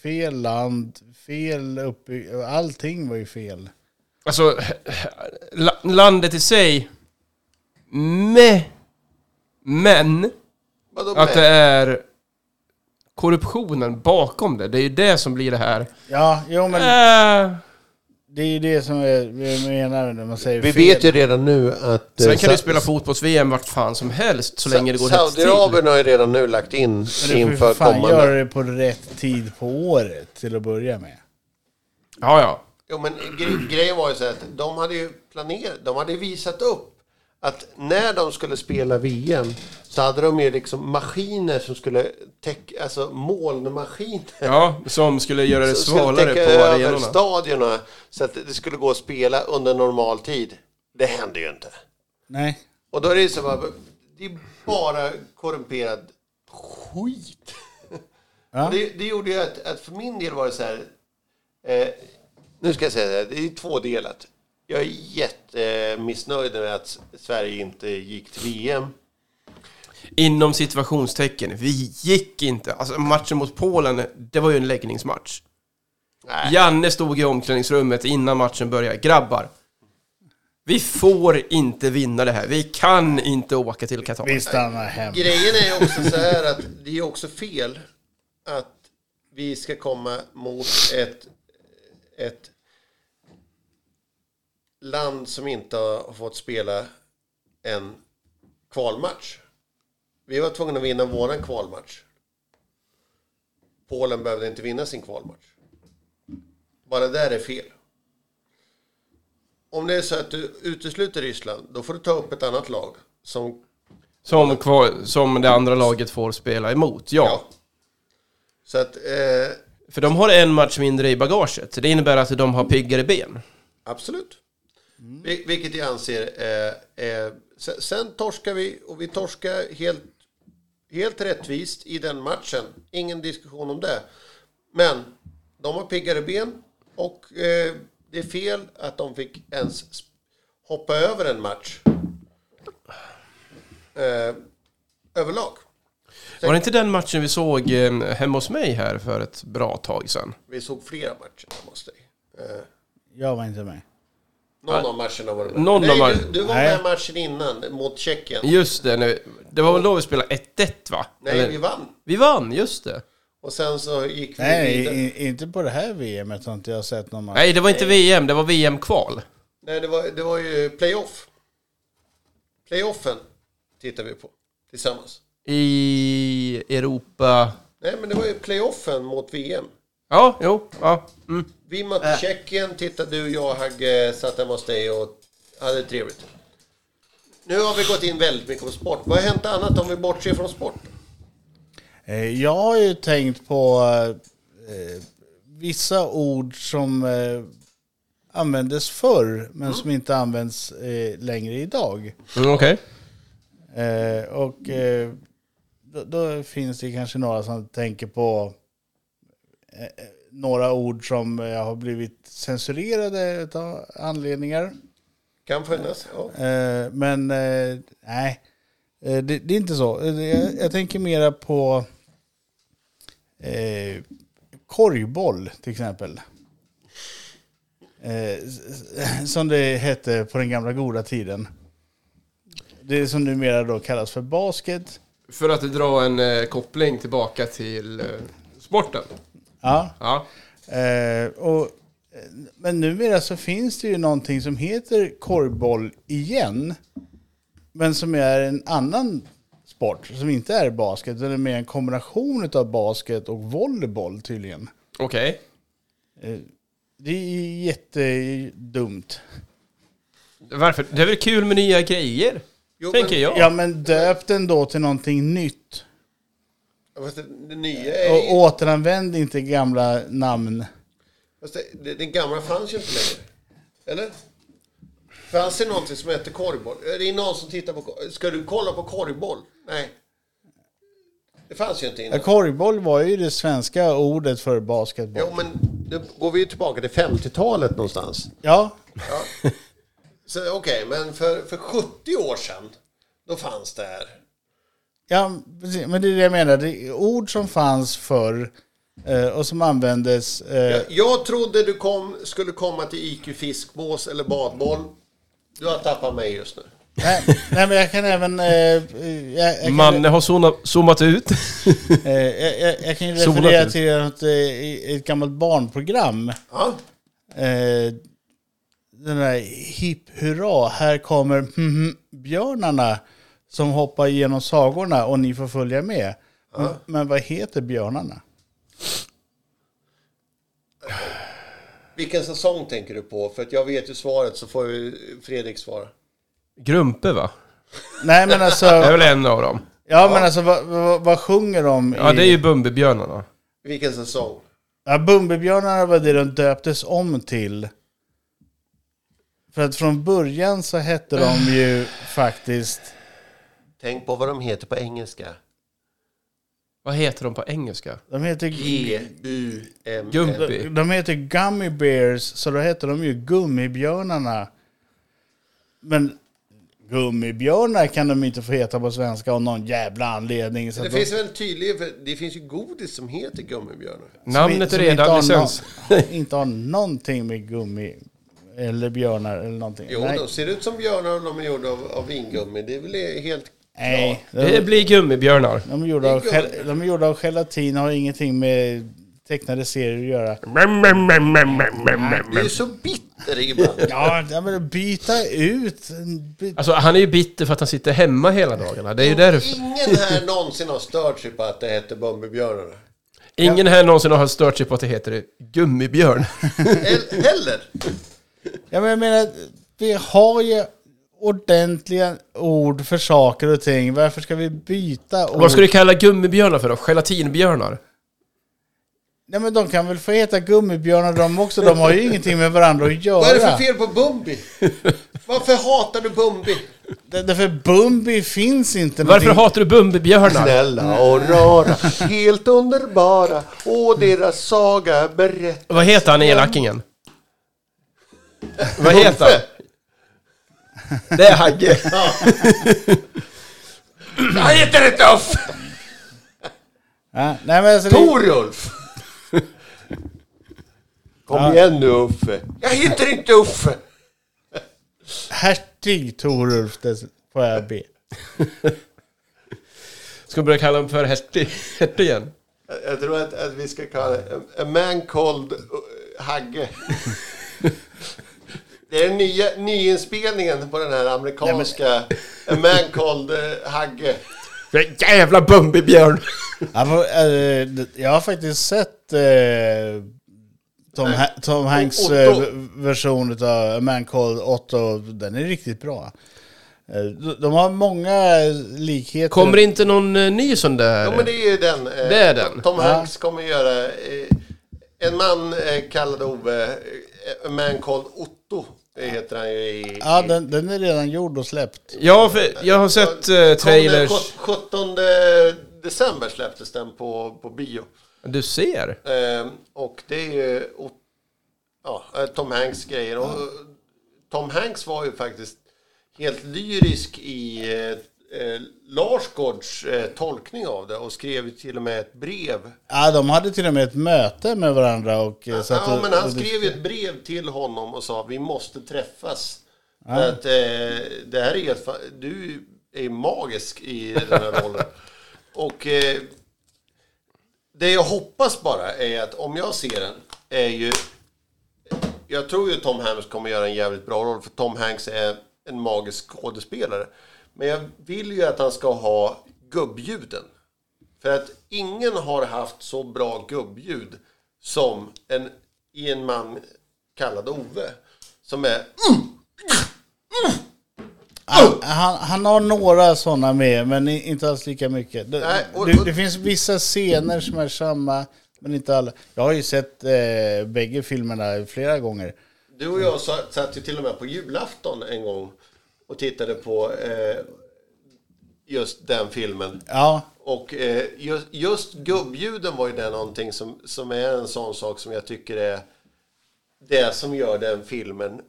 Speaker 3: fel land, fel uppbyggnad. Allting var ju fel.
Speaker 2: Alltså, la- landet i sig, meh. Men,
Speaker 1: Vadå
Speaker 2: att eh,
Speaker 1: med?
Speaker 2: det är korruptionen bakom det. Det är ju det som blir det här.
Speaker 3: Ja, jo men
Speaker 2: Äh,
Speaker 3: det är ju det som jag jag menar när man säger
Speaker 1: Vi
Speaker 3: fel.
Speaker 1: vet ju redan nu att... eh,
Speaker 2: sen kan du
Speaker 1: Sa-
Speaker 2: spela fotbolls-VM vart fan som helst så
Speaker 1: Sa-
Speaker 2: länge det går rätt till.
Speaker 1: Saudiarabien har ju redan nu lagt in
Speaker 3: Men du får
Speaker 1: inför
Speaker 3: ju fan
Speaker 1: kommande...
Speaker 3: göra det på rätt tid på året till att börja med.
Speaker 2: Ja, ja.
Speaker 1: Jo, men gre- grejen var ju så här att de hade ju planerat, de hade ju visat upp att när de skulle spela VM så hade de ju liksom maskiner som skulle täcka, alltså molnmaskiner.
Speaker 2: Ja, som skulle göra
Speaker 1: [LAUGHS]
Speaker 2: det
Speaker 1: som skulle
Speaker 2: svalare
Speaker 1: täcka
Speaker 2: på
Speaker 1: över
Speaker 2: arenorna.
Speaker 1: stadierna så att det skulle gå att spela under normal tid. Det hände ju inte.
Speaker 3: Nej.
Speaker 1: Och då är det ju så bara, det är bara korrumperad skit.
Speaker 3: Ja.
Speaker 1: Och Det, det gjorde ju att, att för min del var det så här, eh, nu ska jag säga det, här, det är två delat. Jag är jättemissnöjd med att Sverige inte gick till VM.
Speaker 2: Inom situationstecken, vi gick inte. Alltså matchen mot Polen, det var ju en läggningsmatch.
Speaker 1: Nej.
Speaker 2: Janne stod i omklädningsrummet innan matchen började. Grabbar, vi får inte vinna det här. Vi kan inte åka till
Speaker 3: Vi
Speaker 2: Qatar.
Speaker 3: stannar hem.
Speaker 1: Grejen är ju också så här att det är också fel att vi ska komma mot ett, ett land som inte har fått spela en kvalmatch. Vi var tvungna att vinna våran kvalmatch. Polen behövde inte vinna sin kvalmatch. Bara där är fel. Om det är så att du utesluter Ryssland, då får du ta upp ett annat lag som
Speaker 2: Som, kvar, som det andra laget får spela emot, ja.
Speaker 1: Ja. Så att, eh,
Speaker 2: För de har en match mindre i bagaget. Det innebär att de har piggare ben.
Speaker 1: absolut. Vil- Vilket jag anser eh, eh, sen, sen torskar vi och vi torskar helt, helt rättvist i den matchen. Ingen diskussion om det. Men de har piggare ben och eh, det är fel att de fick ens sp- hoppa över en match. Eh, överlag.
Speaker 2: Var det inte den matchen vi såg eh, hemma hos mig här för ett bra tag sedan?
Speaker 1: Vi såg flera matcher hemma hos dig. Eh,
Speaker 3: Jag var inte med.
Speaker 1: Någon av matcherna var du med.
Speaker 2: Någon
Speaker 1: Nej,
Speaker 2: av
Speaker 1: du,
Speaker 2: ma-
Speaker 1: du var
Speaker 3: Nej.
Speaker 1: med matchen innan mot Tjeckien.
Speaker 2: Just det, nu. det var väl då vi spelade 1-1 va?
Speaker 1: Nej,
Speaker 2: Eller-
Speaker 1: vi vann.
Speaker 2: vi vann, just det.
Speaker 1: Och sen så gick vi
Speaker 3: Nej,
Speaker 1: vidare.
Speaker 3: i- inte på det här VMet har inte jag sett någon match.
Speaker 2: Nej, det var inte VM, det var VM-kval.
Speaker 1: Nej, det var, det var ju playoff. Playoffen tittar vi på tillsammans.
Speaker 2: I Europa...
Speaker 1: Nej, men det var ju playoffen mot VM.
Speaker 2: Ja, jo, ja. Mm.
Speaker 1: Vi mötte
Speaker 3: Äh.
Speaker 1: Tjeckien, tittade du och jag, Hagge, satt hemma hos dig och hade det trevligt. Nu har vi gått in väldigt mycket på sport. Vad har hänt annat om vi bortser från sport?
Speaker 3: Eh, Jag har ju tänkt på eh, vissa ord som eh, användes förr men som inte används eh, längre idag.
Speaker 2: Mm, Okej.
Speaker 3: Eh, och eh, då, då finns det kanske några som tänker på eh, eh, några ord som eh, har blivit censurerade av anledningar.
Speaker 1: Kan finnas. Ja.
Speaker 3: Eh, men eh, nej, eh, det, det är inte så. Eh, det- Jag, jag tänker mera på eh, korgboll till exempel. Eh, s- s- som det hette på den gamla goda tiden. Det som numera då kallas för basket.
Speaker 2: För att dra en eh, koppling tillbaka till eh, sporten.
Speaker 3: Ja,
Speaker 2: Ja.
Speaker 3: eh, och, eh, men numera så finns det ju någonting som heter korgboll igen. Men som är en annan sport som inte är basket. utan Det är mer en kombination av basket och volleyboll tydligen.
Speaker 2: Okej.
Speaker 3: Eh, Det är jättedumt.
Speaker 2: Varför? Det är väl kul med nya grejer?
Speaker 1: Jo,
Speaker 2: tänker
Speaker 1: men-
Speaker 2: jag.
Speaker 3: Ja men döp den då till någonting nytt.
Speaker 1: Fast det, det nya är
Speaker 3: Och
Speaker 1: ju...
Speaker 3: återanvänd inte gamla namn.
Speaker 1: Fast det, det, den gamla fanns ju inte längre. Eller? Fanns det någonting som hette korgboll? Är det någon som tittar på... kor- Ska du kolla på korgboll? Nej. Det fanns ju inte
Speaker 3: Ja,
Speaker 1: innan.
Speaker 3: korgboll var ju det svenska ordet för basketboll.
Speaker 1: Jo, men Nu går vi ju tillbaka till 50-talet någonstans.
Speaker 3: Ja,
Speaker 1: Så Okej, men för, för 70 år sedan, då fanns det här.
Speaker 3: Ja, precis. men det är det jag menar. Det är ord som fanns förr eh, och som användes. Eh,
Speaker 1: Jag, jag trodde du kom, skulle komma till IQ fiskmås eller badboll. Du har tappat mig just nu.
Speaker 3: nej, nej, men jag kan även... Eh, jag, jag, kan,
Speaker 2: Manne har zoona- zoomat ut.
Speaker 3: eh, jag, jag, jag kan ju
Speaker 2: Solat
Speaker 3: referera
Speaker 2: ut.
Speaker 3: till ett, eh, i- ett gammalt barnprogram.
Speaker 1: Ja,
Speaker 3: Eh, den där hipp hurra, här kommer mhm, björnarna som hoppar genom sagorna och ni får följa med. Men, men vad heter björnarna?
Speaker 1: vilken säsong tänker du på? För att jag vet ju svaret så får ju Fredrik svara.
Speaker 2: [LAUGHS] Grumpe va?
Speaker 3: Nej
Speaker 2: [LAUGHS]
Speaker 3: men alltså,
Speaker 2: Det är
Speaker 3: ja,
Speaker 2: väl en av dem.
Speaker 3: men alltså vad, vad, vad sjunger de?
Speaker 2: Ja,
Speaker 3: i-
Speaker 2: det är ju Bumbibjörnarna.
Speaker 1: Vilken säsong?
Speaker 3: Ja, Bumbibjörnarna var det de döptes om till. För att från början så hette de ju faktiskt...
Speaker 1: Tänk på vad de heter på engelska.
Speaker 2: Vad heter de på engelska?
Speaker 3: De heter,
Speaker 1: G-U-M.
Speaker 2: Gumpi?
Speaker 3: de heter Gummy Bears, så då hette de ju Gummibjörnarna. Men Gummibjörnar kan de inte få heta på svenska av någon jävla anledning. Så
Speaker 1: Det
Speaker 3: att
Speaker 1: finns väl en tydlig, för det finns ju godis som heter gummibjörnar.
Speaker 3: de, som i-
Speaker 2: Namnet är
Speaker 3: som inte har
Speaker 2: redan liksom.
Speaker 3: nå-
Speaker 2: licens.
Speaker 3: Inte har någonting med gummi eller björnar eller någonting.
Speaker 1: Jo, de ser ut som björnar och de är gjorda av, av vingummi. Det är väl helt...
Speaker 3: Nej.
Speaker 2: Det blir Gummibjörnar.
Speaker 3: De är, gjorda av,
Speaker 1: Det är gott.
Speaker 3: gel- de är gjorda av gelatin och har ingenting med tecknade serier att göra.
Speaker 1: Du är ju så bitter ibland.
Speaker 3: Ja, ja, men byta ut. By-
Speaker 2: Alltså han är ju bitter för att han sitter hemma hela dagarna. Det är ju därför.
Speaker 1: Ingen här någonsin har stört sig på att det heter [LAUGHS] bumbibjörnar.
Speaker 2: Ingen här någonsin har stört sig på att det heter [LAUGHS] gummibjörn.
Speaker 1: Hel- Heller!
Speaker 3: Ja, men jag menar, vi har ju ordentliga ord för saker och ting. Varför ska vi byta ord?
Speaker 2: Vad ska du kalla gummibjörnar för då? Gelatinbjörnar?
Speaker 3: Nej, men de kan väl få heta gummibjörnar de också. De har ju ingenting med varandra att göra.
Speaker 1: Vad är det för fel på Bumbi? Varför hatar du Bumbi?
Speaker 3: Där- Därför Bumbi finns inte.
Speaker 2: Varför
Speaker 3: någonting.
Speaker 2: hatar du [LAUGHS] Bumbibjörnar?
Speaker 1: Snälla och rara, helt underbara och deras saga berättar.
Speaker 2: Vad heter han elakingen? Vad heter han? Det är Hagge.
Speaker 1: Han heter inte Uff!
Speaker 3: Ja, nej, men alltså, det,
Speaker 1: Torulf! [LAUGHS] Kom igen nu Uffe. Jag heter inte Uffe!
Speaker 3: hertig Torulf, det får jag be.
Speaker 2: [LAUGHS] Ska vi börja kalla honom för hertig? Hertigen?
Speaker 1: Jag tror att, att vi ska kalla det A man called uh, [LAUGHS] Hagge. Det är den nya, nyinspelningen på den här amerikanska A man called uh, Hagge.
Speaker 2: Den jävla Bumbibjörn!
Speaker 3: Ja, men, eh, det- jag har faktiskt sett eh, Tom, ha Tom Hanks
Speaker 1: Otto.
Speaker 3: eh, v- version av Man Called Otto. Den är riktigt bra. Eh, de- De har många likheter.
Speaker 2: Kommer inte någon eh, ny sån där?
Speaker 1: Ja men det är ju den. eh,
Speaker 2: Det är den.
Speaker 1: Tom Hanks kommer göra eh, En man eh, kallad Ove, eh, A man called Otto. Det heter han ju i...
Speaker 3: Ja,
Speaker 1: i-
Speaker 3: den, den är redan gjord och släppt.
Speaker 2: Ja, för jag har sett eh,
Speaker 1: Kom den
Speaker 2: trailers.
Speaker 1: sjut- 17 december släpptes den på, på bio.
Speaker 2: Du ser.
Speaker 1: Ehm, och det är ju och, ja, eh, Tom Hanks grejer. Och, eh, Tom Hanks var ju faktiskt helt lyrisk i eh, eh, Larsgårds eh, tolkning av det och skrev ju till och med ett brev.
Speaker 3: Ja, de hade till och med ett möte med varandra. Och, eh, satt
Speaker 1: Ja,
Speaker 3: och-
Speaker 1: men han
Speaker 3: och-
Speaker 1: skrev ju ett brev till honom och sa vi måste träffas. För att eh, det här är helt, fa- du är magisk i den här rollen. och eh, det jag hoppas bara är att om jag ser den är ju... Jag tror ju Tom Hanks kommer göra en jävligt bra roll för Tom Hanks är en magisk skådespelare. Men jag vill ju att han ska ha gubbljuden. För att ingen har haft så bra gubbljud som en, i en man kallad Ove. Som är...
Speaker 3: han, han, han har några sådana med, men i- inte alls lika mycket. Det,
Speaker 1: Nej, och-
Speaker 3: det,
Speaker 1: och-
Speaker 3: det finns vissa scener som är samma, men inte alla. Jag har ju sett eh, bägge filmerna flera gånger.
Speaker 1: Du och jag sa- satt ju till och med på julafton en gång och tittade på eh, just den filmen.
Speaker 3: Ja,
Speaker 1: Och eh, just, just gubbljuden var ju det någonting som, som är en sån sak som jag tycker är det som gör den filmen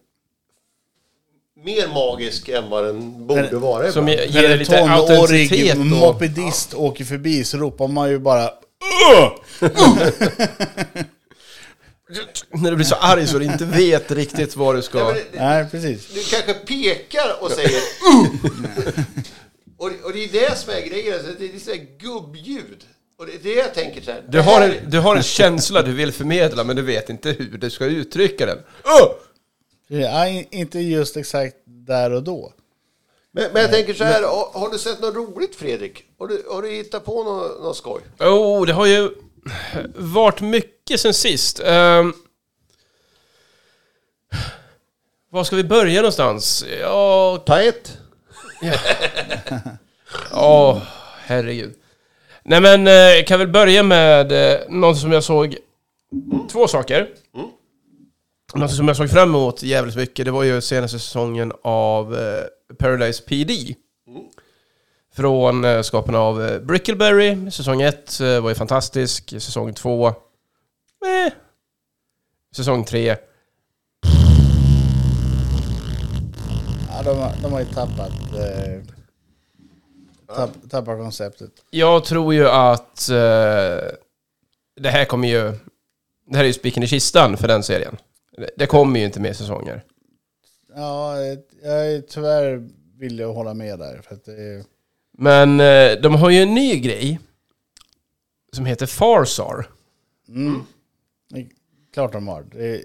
Speaker 1: mer magisk än vad den borde vara.
Speaker 2: Som
Speaker 1: ibland.
Speaker 2: ge- ger det lite autenticitet. och-
Speaker 3: mopedist åker förbi så ropar man ju bara
Speaker 2: [LAUGHS] När du blir så arg så du inte vet riktigt vad du
Speaker 1: Ja,
Speaker 2: ska...
Speaker 1: men det-
Speaker 3: Nej, precis.
Speaker 1: Du kanske pekar och säger "Uh!" och, och det är det som är grejen. Så Det är så här gubbljud. Och det är det jag tänker så här.
Speaker 2: Du
Speaker 1: det här
Speaker 2: har,
Speaker 1: är-
Speaker 2: [LAUGHS] en, du har en känsla du vill förmedla men du vet inte hur du ska uttrycka den. Åh!
Speaker 3: Ja, in- inte just exakt där och då.
Speaker 1: Men, men jag tänker så här, har, har du sett något roligt Fredrik? Har du, har du hittat på något, något skoj?
Speaker 2: Oh, det har ju varit mycket sen sist. Ehm, var ska vi börja någonstans? Ja,
Speaker 1: Ta ett.
Speaker 2: Ja, herregud. Nej men, eh, jag kan väl börja med eh, något som jag såg... Två saker. Något som jag såg fram emot jävligt mycket, det var ju senaste säsongen av eh, Paradise PD. Från eh, skaparna av eh, Brickleberry. Säsong 1 eh, var ju fantastisk. Säsong 2... Eh. Säsong 3...
Speaker 3: Ja, de, har- de har ju tappat, eh, tapp, tappat konceptet.
Speaker 2: Jag tror ju att eh, det här kommer ju... Det här är ju spiken i kistan för den serien. Det- Det kommer ju inte mer säsonger.
Speaker 3: Ja, eh, jag är tyvärr vill jag hålla med där. För att det är,
Speaker 2: Men eh, de har ju en ny grej som heter Farsar.
Speaker 3: det är klart de har. Det är,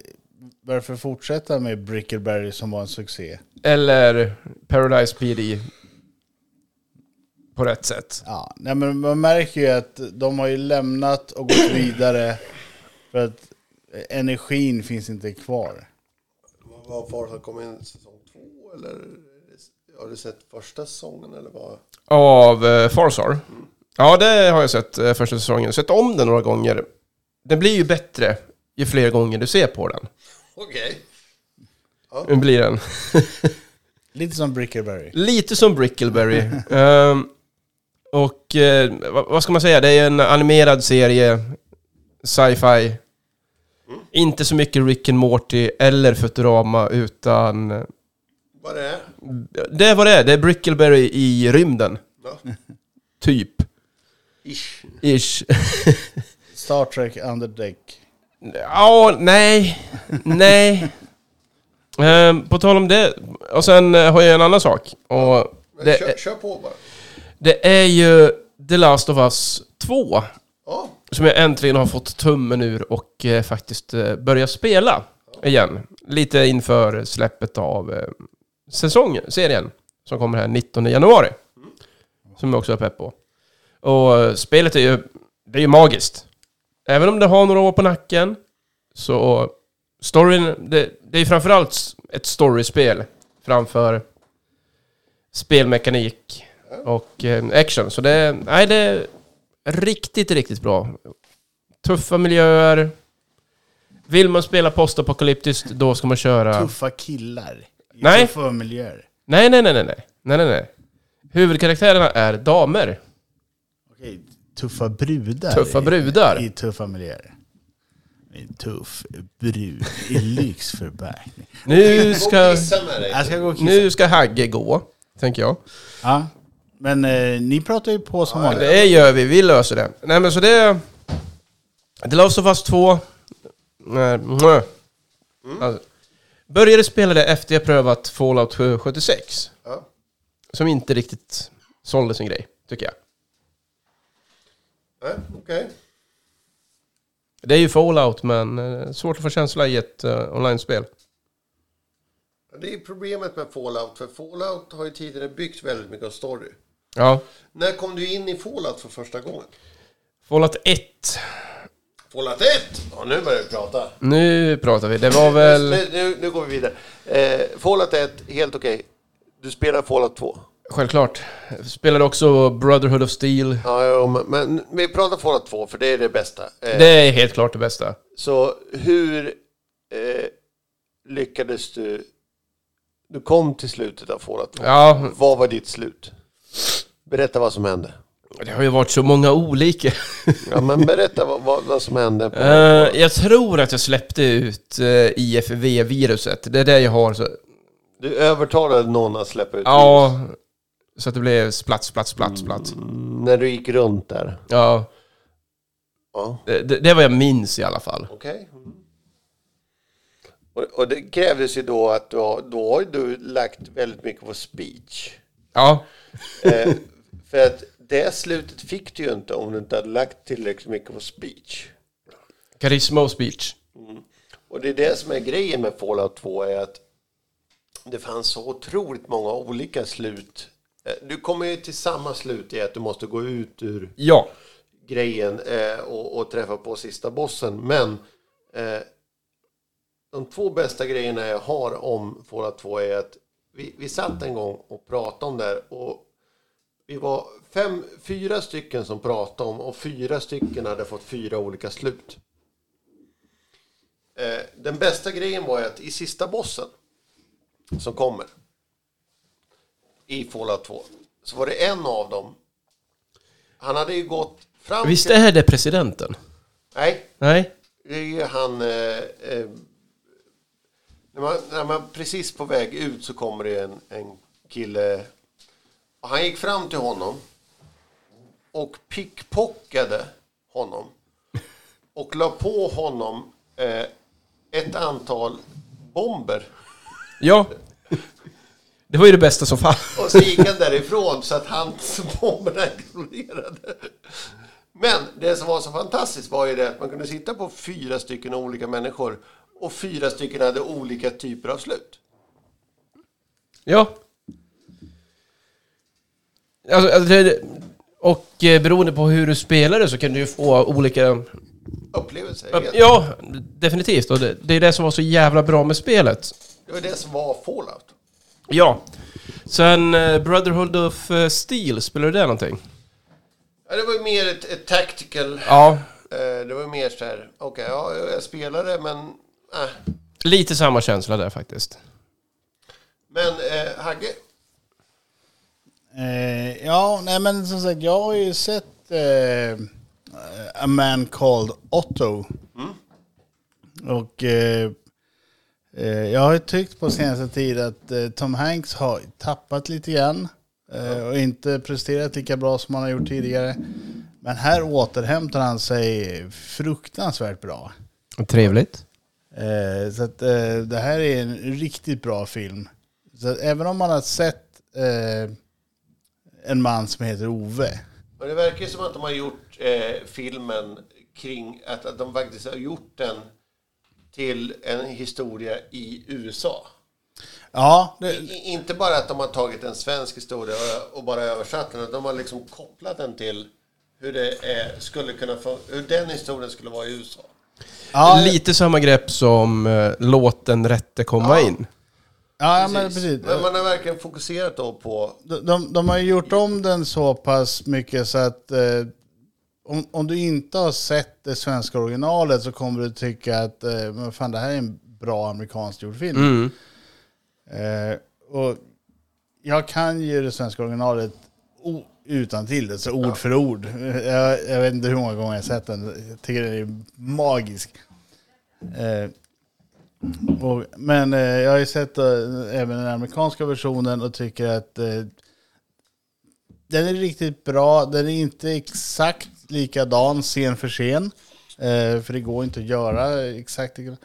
Speaker 3: varför fortsätta med Brickleberry som var en succé?
Speaker 2: Eller Paradise PD på rätt sätt.
Speaker 3: Ja, nej, men man märker ju att de har ju lämnat
Speaker 2: [COUGHS]
Speaker 3: och gått vidare för att energin finns inte kvar.
Speaker 1: Vad far har kommit in säsong två eller? Har du sett första säsongen eller vad?
Speaker 2: Av eh, Farsar. Ja, det har jag sett eh, första säsongen. Sett om den några gånger. Den blir ju bättre ju fler gånger du ser på den.
Speaker 1: Okej.
Speaker 2: Den blir den.
Speaker 3: Lite som Brickleberry.
Speaker 2: Lite som Brickleberry. Ehm, och eh, vad, vad ska man säga? Det är en animerad serie, sci-fi. Inte så mycket Rick and Morty eller Futurama, utan... eh,
Speaker 1: Vad det är?
Speaker 2: Det är vad det är. Det är Brickleberry i rymden,
Speaker 1: Ja.
Speaker 2: typ.
Speaker 1: Ish.
Speaker 2: Ish. [LAUGHS]
Speaker 3: Star Trek Under Deck.
Speaker 2: Ja, nej. Nej. Ehm, på tal om det. Och sen eh, har jag en annan sak. Och
Speaker 1: Men
Speaker 2: det,
Speaker 1: kör, kör på bara.
Speaker 2: det är ju The Last of Us 2.
Speaker 1: Ja.
Speaker 2: Som jag äntligen har fått tummen ur och eh, faktiskt eh, börja spela igen. Lite inför släppet av eh, säsongen, serien, som kommer här 19 januari. Som jag också är pepp på. Och eh, spelet är ju, det är ju magiskt. Även om det har några år på nacken, så storyn, det, det är ju framförallt ett storyspel framför spelmekanik och eh, action. Så det, nej det, Riktigt, riktigt bra. Tuffa miljöer. Vill man spela postapokalyptiskt, då ska man köra...
Speaker 3: Tuffa killar. I
Speaker 2: Nej.
Speaker 3: Tuffa miljöer.
Speaker 2: Nej, nej, nej, nej, nej, nej, nej, nej. Huvudkaraktärerna är damer.
Speaker 3: Okej, tuffa brudar.
Speaker 2: Tuffa
Speaker 3: i-
Speaker 2: brudar.
Speaker 3: I tuffa miljöer. En tuff brud i lyxförpackning.
Speaker 2: Nu ska,
Speaker 1: med dig.
Speaker 3: Jag ska gå och kissa.
Speaker 2: nu ska Hagge gå, tänker jag.
Speaker 3: Ja. Men eh, ni pratar ju på som vanligt.
Speaker 2: Det gör vi, vi löser det. Nej, men så det... The Last of Us 2. Nej, mwah. Alltså, började spela det efter jag prövat Fallout 76.
Speaker 1: Ja.
Speaker 2: Som inte riktigt sålde sin grej, tycker jag.
Speaker 1: Nej, Okej.
Speaker 2: Det är ju Fallout, men eh, svårt att få känsla i ett eh, online-spel.
Speaker 1: Det är problemet med Fallout. För Fallout har ju tidigare byggt väldigt mycket av story.
Speaker 2: Ja.
Speaker 1: När kom du in i Fallout för första gången?
Speaker 2: Fallout 1.
Speaker 1: Fallout 1! Ja, nu börjar vi prata.
Speaker 2: Nu pratar vi. Det var väl...
Speaker 1: Nu, nu, nu går vi vidare. Eh, Fallout 1, helt okej. Du spelar Fallout 2.
Speaker 2: Självklart. Spelade också Brotherhood of Steel.
Speaker 1: Ja, jo, men, men vi pratar Fallout 2 för det är det bästa. Eh,
Speaker 2: Det är helt klart det bästa.
Speaker 1: Så hur eh, lyckades du? Du kom till slutet av Fallout 2.
Speaker 2: Ja,
Speaker 1: Vad var ditt slut? Berätta vad som hände.
Speaker 2: Det har ju varit så många olika.
Speaker 1: Ja, men berätta vad, vad, vad som hände. På.
Speaker 2: [LAUGHS] Eh, jag tror att jag släppte ut eh, IFV-viruset. Det är det jag har. Så,
Speaker 1: Du övertalade någon att släppa ut virus.
Speaker 2: ja, så att det blev splatt, splatt, splatt, splatt.
Speaker 1: Mm, När du gick runt där.
Speaker 2: Ja,
Speaker 1: Ja,
Speaker 2: det, det det är vad jag minns i alla fall.
Speaker 1: okej. Mm. Och, och det krävdes ju då att du har, då har ju du lagt väldigt mycket på speech.
Speaker 2: Ja,
Speaker 1: Eh, för att det slutet fick du ju inte om du inte hade lagt tillräckligt mycket på speech.
Speaker 2: karisma och speech.
Speaker 1: Och det är det som är grejen med Fallout 2 är att det fanns så otroligt många olika slut. Eh, Du kommer ju till samma slut i att du måste gå ut ur
Speaker 2: Ja,
Speaker 1: grejen eh, och, och träffa på sista bossen. Men eh, de två bästa grejerna jag har om Fallout 2 är att vi, vi satt en gång och pratade om det här och vi var fem, fyra stycken som pratade om och fyra stycken hade fått fyra olika slut. Eh, den bästa grejen var ju att i sista bossen som kommer i Fallout 2 så var det en av dem han hade ju gått fram
Speaker 2: visst
Speaker 1: till...
Speaker 2: är det presidenten?
Speaker 1: Nej,
Speaker 2: Nej?
Speaker 1: det är ju han... Eh, eh, när, man, när man precis på väg ut så kommer det en, en kille. Och han gick fram till honom och pickpockade honom. Och la på honom eh, ett antal bomber.
Speaker 2: Ja. [LAUGHS] Det var ju det bästa som fanns.
Speaker 1: Och så gick han därifrån så att hans bomberna exploderade. Men det som var så fantastiskt var ju det att man kunde sitta på fyra stycken olika människor och fyra stycken hade olika typer av slut.
Speaker 2: Ja. Alltså, alltså, det, och eh, beroende på hur du spelar det så kan du ju få olika...
Speaker 1: Upplevelser. helt.
Speaker 2: Ja, definitivt. Och det, det är det som var så jävla bra med spelet.
Speaker 1: Det var det som var Fallout.
Speaker 2: Ja. Sen eh, Brotherhood of eh, Steel, spelar du det någonting?
Speaker 1: Ja, det var ju mer ett, ett tactical.
Speaker 2: Ja.
Speaker 1: Eh, det var ju mer så här, okej, ja, jag spelade men... Äh.
Speaker 2: Lite samma känsla där faktiskt.
Speaker 1: Men eh, Hagge,
Speaker 3: Eh, ja, nej men som sagt, jag har ju sett eh, A Man Called Otto. Och eh, eh, jag har ju tyckt på senaste tid att eh, Tom Hanks har tappat lite grann. Eh, och inte presterat lika bra som han har gjort tidigare. Men här återhämtar han sig fruktansvärt bra.
Speaker 2: Trevligt.
Speaker 3: Eh, så att, eh, det här är en riktigt bra film. Så att även om man har sett eh, en man som heter Ove.
Speaker 1: Men det verkar ju som att de har gjort eh, filmen kring att, att de faktiskt har gjort den till en historia i USA.
Speaker 3: Ja, det,
Speaker 1: I, inte bara att de har tagit en svensk historia och, och bara översatt den, utan de har liksom kopplat den till hur, det eh, skulle kunna få, hur den historien skulle vara i USA.
Speaker 3: ja,
Speaker 2: Lite samma grepp som eh, låt den rätte komma in.
Speaker 3: ja men precis.
Speaker 1: Men man har verkligen fokuserat då på...
Speaker 3: De, de, de har ju gjort om den så pass mycket så att eh, om, om du inte har sett det svenska originalet så kommer du tycka att eh, men fan, det här är en bra amerikanskt gjord film.
Speaker 2: Mm.
Speaker 3: Eh, och jag kan ju det svenska originalet o- utan till det, så ord för ord. Jag, jag vet inte hur många gånger jag sett den. Jag tycker den är magisk. Eh, och, men eh, jag har ju sett eh, även den amerikanska versionen och tycker att eh, den är riktigt bra. Den är inte exakt likadan scen för scen. Eh, för det går inte att göra exakt lika-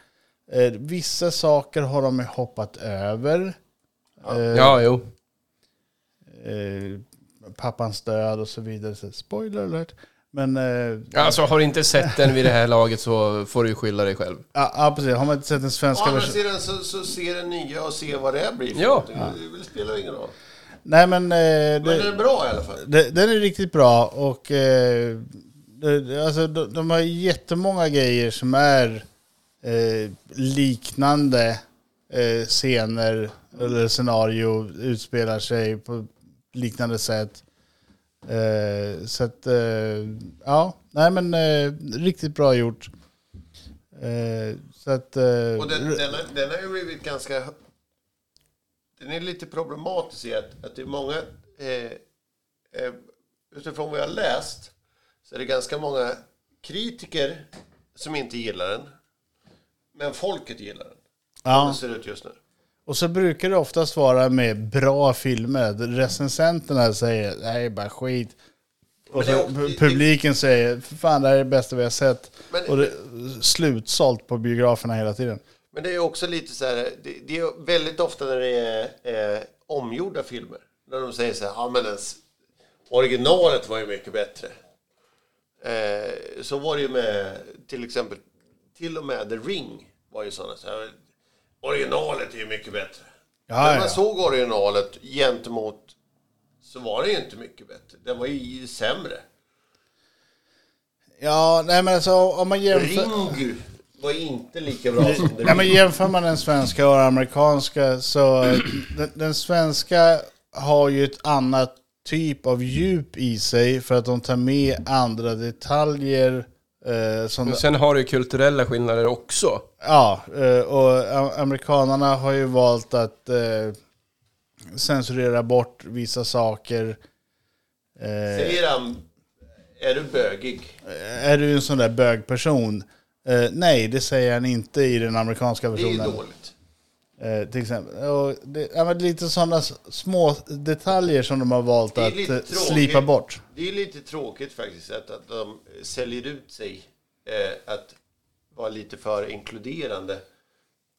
Speaker 3: Eh, vissa saker har de ju hoppat över. Eh,
Speaker 2: Ja, jo.
Speaker 3: eh, pappans död och så vidare. Så spoiler alert. Men eh,
Speaker 2: Alltså har du inte sett den vid det här laget så får du ju skylla dig själv.
Speaker 3: ja, ja, precis. Har man inte sett den
Speaker 1: Å
Speaker 3: svenska
Speaker 1: andra sidan
Speaker 3: versionen?
Speaker 1: så, så ser den nya och ser vad det blir för
Speaker 2: Ja.
Speaker 1: någonting. Det, det spelar ingen roll.
Speaker 3: Nej, men, eh, det,
Speaker 1: Men den är bra i alla fall.
Speaker 3: det, den är riktigt bra och eh, det, det- alltså, de, de har jättemånga grejer som är eh, liknande eh, scener eller scenario utspelar sig på liknande sätt. Eh, så att, eh, ja, nej men eh, riktigt bra gjort. Eh, så att, eh,
Speaker 1: Och den, den, har, den har ju blivit ganska... Den är lite problematisk i att, att det är många eh, eh, utifrån vad jag har läst så är det ganska många kritiker som inte gillar den. Men folket gillar den. Som
Speaker 3: Ja.
Speaker 1: det ser ut just nu.
Speaker 3: Och så brukar det oftast vara med bra filmer. Recensenterna säger nej, det är bara skit. Och
Speaker 1: Men det
Speaker 3: så
Speaker 1: är också-
Speaker 3: pu- publiken säger för fan det här är det bästa vi har sett.
Speaker 1: Men-
Speaker 3: och det slutsålt på biograferna hela tiden.
Speaker 1: Men det är också lite så här, det, det är väldigt ofta när det är eh, omgjorda filmer. När de säger så här, ja men ens, originalet var ju mycket bättre. Eh, så var det ju med till exempel, till och med The Ring var ju sådana. Så här, originalet är ju mycket bättre.
Speaker 3: Ja,
Speaker 1: när man
Speaker 3: Ah, ja.
Speaker 1: såg originalet gentemot så var det ju inte mycket bättre. Den var ju sämre.
Speaker 3: Ja, nej men alltså om man jämför...
Speaker 1: Ring var inte lika bra som The
Speaker 3: Nej, men
Speaker 1: Ring.
Speaker 3: jämför man den svenska och den amerikanska så [CLEARS THROAT] eh, den, den svenska har ju ett annat typ av djup i sig för att de tar med andra detaljer. Eh, som,
Speaker 2: Men sen har du ju kulturella skillnader också.
Speaker 3: Ja, eh, och a- amerikanarna har ju valt att eh, censurera bort vissa saker. Eh,
Speaker 1: Säger han, är du bögig?
Speaker 3: är du en sån där bögperson? Eh, nej, det säger han inte i den amerikanska
Speaker 1: Det är ju
Speaker 3: versionen.
Speaker 1: dåligt.
Speaker 3: Eh, till exempel. Och det, ja, men lite sådana s- små detaljer som de har valt
Speaker 1: är
Speaker 3: att
Speaker 1: lite
Speaker 3: eh,
Speaker 1: tråkigt.
Speaker 3: slipa bort.
Speaker 1: Det är lite tråkigt faktiskt att, att de säljer ut sig eh, att vara lite för inkluderande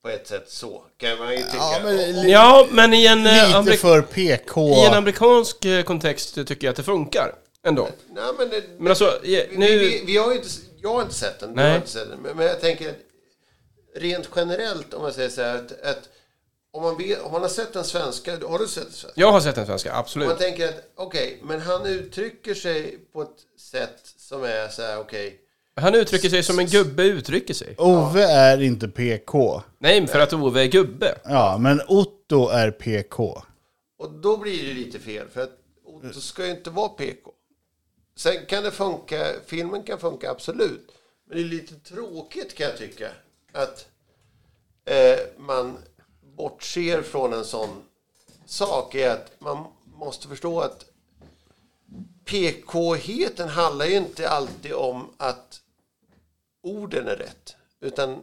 Speaker 1: på ett sätt så. Kan man ju tycka.
Speaker 3: Ja, men
Speaker 1: Och-
Speaker 3: li,
Speaker 2: Ja, men i en, eh,
Speaker 3: lite
Speaker 2: amerik-
Speaker 3: för PK.
Speaker 2: i en amerikansk eh, kontext tycker jag att det funkar ändå.
Speaker 1: nej, men det,
Speaker 2: Men alltså, i-
Speaker 1: vi,
Speaker 2: nu...
Speaker 1: vi, vi har ju inte, jag har inte sett den. du
Speaker 2: Nej.
Speaker 1: Har inte sett den. Men, men jag tänker att rent generellt om man säger så här att, att om, man vet, om man har sett den svenska, har du sett den svenska?
Speaker 2: Jag har sett den svenska,
Speaker 1: Och Man
Speaker 2: absolut.
Speaker 1: tänker att okej, men han uttrycker sig på ett sätt som är så här okej.
Speaker 2: Han uttrycker sig som en gubbe uttrycker sig.
Speaker 3: Ove är inte PK.
Speaker 2: Nej, men för att Ove är gubbe.
Speaker 3: Ja, men Otto är PK.
Speaker 1: Och då blir det ju lite fel, för att Otto ska ju inte vara PK. Sen kan det funka, filmen kan funka absolut. Men det är lite tråkigt kan jag tycka. Att eh, man bortser från en sån sak är att man måste förstå att PK-heten handlar ju inte alltid om att orden är rätt. Utan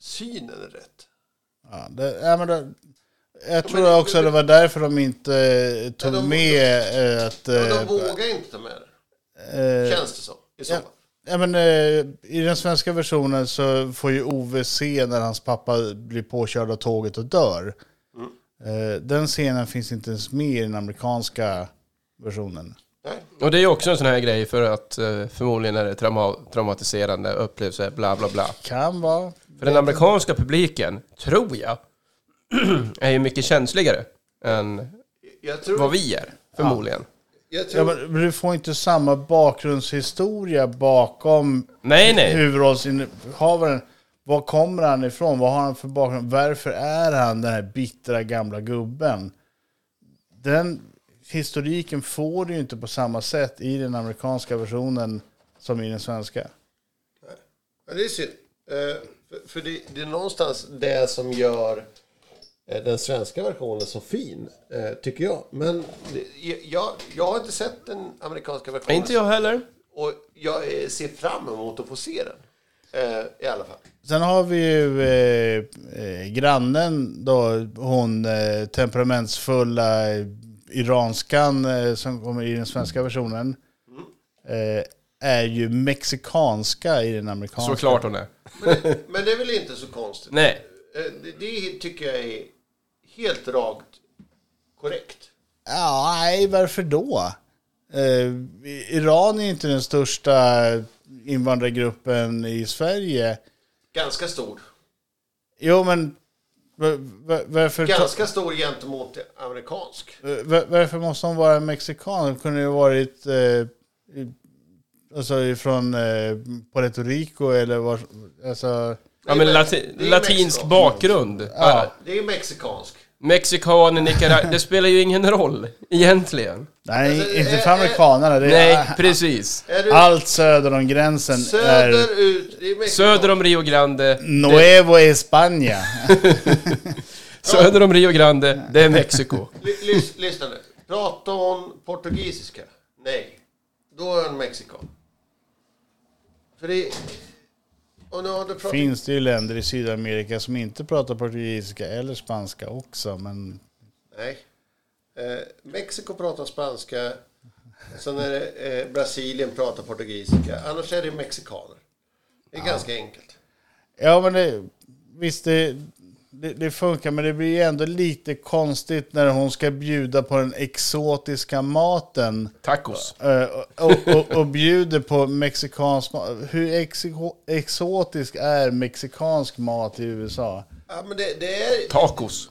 Speaker 1: synen är rätt.
Speaker 3: Ja, det, ja, men det, jag tror
Speaker 1: men-
Speaker 3: också det var därför de inte eh, tog
Speaker 1: Ja, de-
Speaker 3: med eh, att...
Speaker 1: Men de
Speaker 3: eh,
Speaker 1: vågar inte ta med det.
Speaker 3: eh,
Speaker 1: Känns det som. I så
Speaker 3: Ja,
Speaker 1: fall.
Speaker 3: ja, men, eh, I den svenska versionen så får ju Ove se när hans pappa blir påkörd av tåget och dör.
Speaker 1: Mm.
Speaker 3: Eh, den scenen finns inte ens med i den amerikanska versionen.
Speaker 1: Nej.
Speaker 2: Och det är ju också en sån här grej för att eh, förmodligen är det trauma- traumatiserande upplevelse, bla bla bla.
Speaker 3: Kan vara.
Speaker 2: För den amerikanska publiken, tror jag, [CLEARS THROAT] är ju mycket känsligare än
Speaker 1: Jag tror,
Speaker 2: vad vi är, förmodligen.
Speaker 1: jag tror
Speaker 3: Ja, men du får inte samma bakgrundshistoria bakom
Speaker 2: Nej, nej.
Speaker 3: huvudrollsinnehavaren. Var kommer han ifrån? Vad har han för bakgrund? Varför är han den här bittra gamla gubben? Den historiken får du ju inte på samma sätt i den amerikanska versionen som i den svenska.
Speaker 1: Ja, det är synd. Eh, för- För det, det är någonstans det som gör eh, den svenska versionen så fin, eh, tycker jag. Men det, jag, jag har inte sett den amerikanska versionen.
Speaker 2: Inte jag heller.
Speaker 1: Och jag eh, ser fram emot att få se den. Eh, I alla fall.
Speaker 3: Sen har vi ju eh, eh, grannen då, hon eh, temperamentsfulla eh, iranskan eh, som kommer i den svenska versionen. Eh, är ju mexikanska i den amerikanska.
Speaker 2: Såklart hon är.
Speaker 1: Men det, men det är väl inte så konstigt.
Speaker 2: Nej.
Speaker 1: Eh, det, det tycker jag är helt rakt korrekt.
Speaker 3: Ja, nej, varför då? Eh, I- Iran är ju inte den största invandrargruppen i Sverige.
Speaker 1: Ganska stor.
Speaker 3: Jo, men va- va- varför, ta-
Speaker 1: Ganska stor gentemot amerikansk.
Speaker 3: va- varför måste de vara mexikan? De kunde ju varit eh, i- alltså från eh, Puerto Rico eller var, alltså,
Speaker 2: Ja, men lati-
Speaker 1: Det är
Speaker 2: latinsk
Speaker 1: Mexiko.
Speaker 2: bakgrund. Ja.
Speaker 1: Det är mexikansk.
Speaker 2: Mexikan, Nicaragua, det spelar ju ingen roll egentligen.
Speaker 3: nej,
Speaker 1: Alltså,
Speaker 3: inte
Speaker 1: eh,
Speaker 3: för
Speaker 1: eh,
Speaker 3: amerikanerna. Det är,
Speaker 2: Nej, precis.
Speaker 1: Är du
Speaker 3: Allt söder om gränsen är
Speaker 1: söderut? Det är Mexiko.
Speaker 2: Söder om Rio Grande,
Speaker 3: Nuevo España.
Speaker 2: söder om Rio Grande, det är Mexiko.
Speaker 1: L- lys- lyssna nu. Pratar hon portugisiska? Nej. Nej, då är en mexikan. För det... Och nu har du pratat...
Speaker 3: Finns det ju länder i Sydamerika som inte pratar portugisiska eller spanska också, men
Speaker 1: Nej. Eh, Mexiko pratar spanska. Sen är det eh, Brasilien pratar portugisiska. Annars är det mexikaner. Det är ganska enkelt.
Speaker 3: Ja, men det, visst, det, det, det funkar, men det blir ju ändå lite konstigt när hon ska bjuda på den exotiska maten
Speaker 2: Tacos.
Speaker 3: eh, och, och, och, och bjuder på mexikansk mat. Hur exiko, exotisk är mexikansk mat i USA?
Speaker 1: Ja, men det, det är...
Speaker 2: Tacos.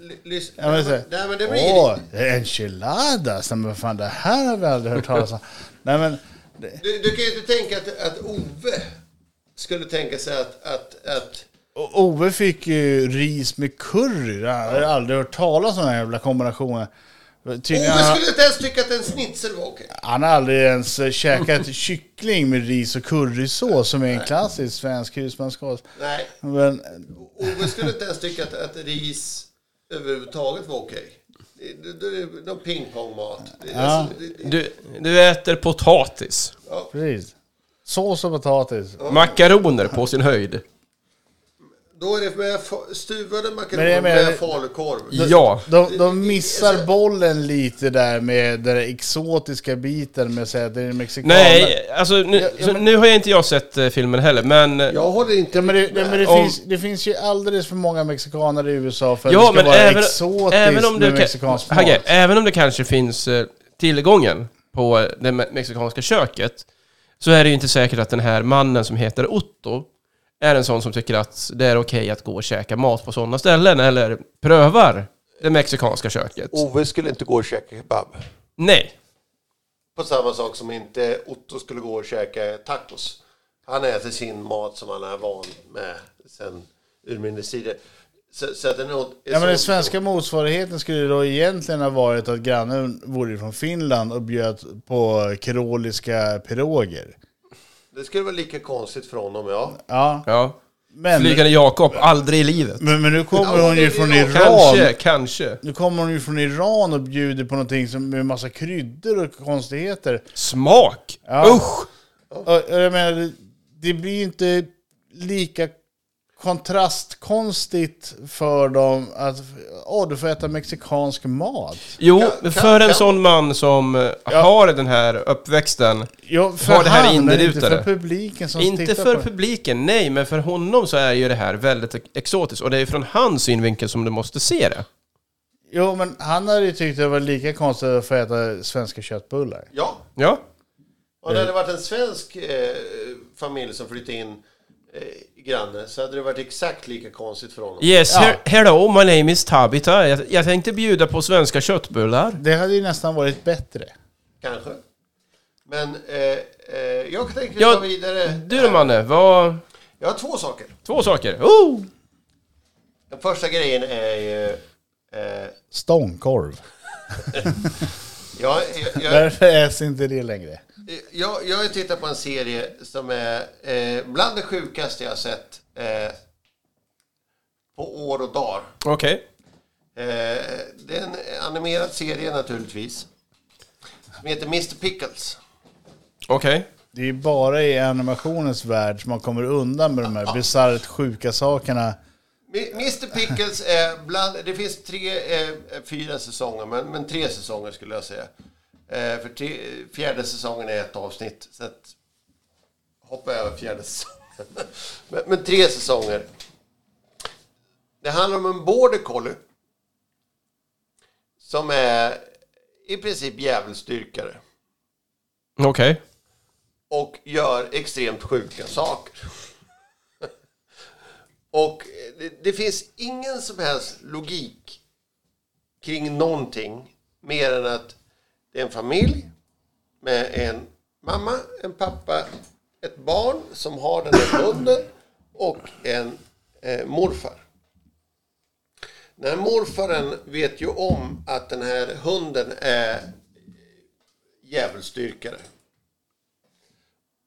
Speaker 1: Ly, lys,
Speaker 3: Ja, men, så,
Speaker 1: nej, men- nej, men det blir...
Speaker 3: Åh, enchiladas! Nej, men vad fan, det här har vi aldrig hört talas om. Nej, men... Det,
Speaker 1: Du, du kan ju inte tänka att, att Ove skulle tänka sig att... att, att
Speaker 3: O- Ove fick ju ris med curry. Jag har aldrig hört talas om den här jävla kombinationen.
Speaker 1: Ove
Speaker 3: Tydligen, han,
Speaker 1: skulle inte ens tycka att en schnitzel var okej.
Speaker 3: han har aldrig ens eh, käkat [LAUGHS] kyckling med ris och currysås som är en klassisk svensk husmanskost.
Speaker 1: Nej,
Speaker 3: Men
Speaker 1: Ove skulle inte ens tycka att, att ris överhuvudtaget var okej. Det- det- det är Någon pingpongmat. Det- alltså, det- det-
Speaker 2: Du, du äter potatis.
Speaker 1: ja.
Speaker 3: precis. Sås och potatis.
Speaker 2: Makaroner på sin höjd.
Speaker 1: Då är det med fa- stuvade
Speaker 3: Men
Speaker 1: makaroner
Speaker 3: jag menar-
Speaker 1: med falukorv.
Speaker 2: Ja.
Speaker 3: De, de missar bollen lite där med den där exotiska biten med att säga att det är mexikaner.
Speaker 2: Nej, alltså nu, så, nu har jag inte jag sett eh, filmen heller, men... eh,
Speaker 1: Jag håller inte
Speaker 3: Ja, men det, nej, men det,
Speaker 2: Om-
Speaker 3: finns, det finns ju alldeles för många mexikaner i USA för att det
Speaker 2: Ja,
Speaker 3: ska
Speaker 2: men
Speaker 3: vara
Speaker 2: även,
Speaker 3: exotiskt
Speaker 2: även, om
Speaker 3: med
Speaker 2: du kan,
Speaker 3: mexikansk mat.
Speaker 2: Hagge, även om det kanske finns eh, tillgången på eh, det me- mexikanska köket så är det ju inte säkert att den här mannen som heter Otto är en sån som tycker att det är okej att gå och käka mat på sådana ställen eller prövar det mexikanska köket.
Speaker 1: Ove skulle inte gå och käka kebab.
Speaker 2: Nej.
Speaker 1: På samma sak som inte Otto skulle gå och käka tacos. Han äter sin mat som han är van med sen urminnes tider. Så, så att den är
Speaker 3: Ja, men den svenska motsvarigheten skulle då egentligen ha varit att grannen vore från Finland och bjöd på keroliska piroger.
Speaker 1: Det skulle vara lika konstigt för honom, ja.
Speaker 3: Ja,
Speaker 2: Ja.
Speaker 3: men,
Speaker 2: Flygande Jakob, aldrig i livet.
Speaker 3: men, men nu kommer
Speaker 1: Ja,
Speaker 3: hon
Speaker 1: det
Speaker 3: ju
Speaker 1: är
Speaker 3: från
Speaker 1: ju-
Speaker 2: Kanske,
Speaker 3: Iran.
Speaker 2: kanske.
Speaker 3: Nu kommer hon ju från Iran och bjuder på någonting som med massa kryddor och konstigheter.
Speaker 2: Smak!
Speaker 3: Ja.
Speaker 2: Usch!
Speaker 3: Och, och jag menar, det- det blir ju inte lika kontrastkonstigt för dem att åh, du får äta mexikansk mat.
Speaker 2: Jo,
Speaker 1: Kan-
Speaker 2: för en
Speaker 1: kan-
Speaker 2: sån man som eh,
Speaker 3: Ja.
Speaker 2: har den här uppväxten
Speaker 3: Ja, för
Speaker 2: Har det här
Speaker 3: han, men inte
Speaker 2: inrutade?
Speaker 3: för publiken som
Speaker 2: Inte
Speaker 3: tittar
Speaker 2: för
Speaker 3: på det.
Speaker 2: publiken, nej, men för honom så är ju det här väldigt ex- exotiskt. Och det är från hans synvinkel som du måste se det.
Speaker 3: Jo, men han hade ju tyckt det var lika konstigt att få äta svenska köttbullar.
Speaker 1: Ja,
Speaker 2: Ja.
Speaker 1: om det hade varit en svensk eh, familj som flyttade in eh, granne så hade det varit exakt lika konstigt för honom.
Speaker 2: Yes,
Speaker 3: Ja.
Speaker 2: he- hello, my name is Tabita. Jag, jag tänkte bjuda på svenska köttbullar.
Speaker 3: Det hade ju nästan varit bättre.
Speaker 1: Kanske. Men eh, eh, jag tänker
Speaker 2: Ja,
Speaker 1: ta vidare.
Speaker 2: Du då, Manne, vad...
Speaker 1: Jag har två saker.
Speaker 2: Två saker. Oh!
Speaker 1: Den första grejen är ju... Eh,
Speaker 3: Stångkorv.
Speaker 1: jag, jag, jag,
Speaker 3: Därför äts inte det längre.
Speaker 1: jag, jag har ju tittat på en serie som är eh, bland det sjukaste jag har sett eh, på år och dagar.
Speaker 2: Okej.
Speaker 1: Eh, det är en animerad serie naturligtvis. Som heter Mr Pickles.
Speaker 2: Okej.
Speaker 3: Det är ju bara i animationens värld som man kommer undan med de här bisarrt sjuka sakerna.
Speaker 1: Mi- Mr Pickles är bland... Det finns tre, eh, fyra säsonger, men, men tre säsonger skulle jag säga. Eh, för tre, fjärde säsongen är ett avsnitt, så att hoppa över fjärde säsongen. [LAUGHS] men, men tre säsonger. Det handlar om en border collie som är i princip djävulsdyrkare
Speaker 2: Okej.
Speaker 1: och gör extremt sjuka saker. och det, det finns ingen som helst logik kring någonting mer än att det är en familj med en mamma, en pappa, ett barn som har den här hunden och en eh, morfar. Den här morfaren vet ju om att den här hunden är djävulsdyrkare.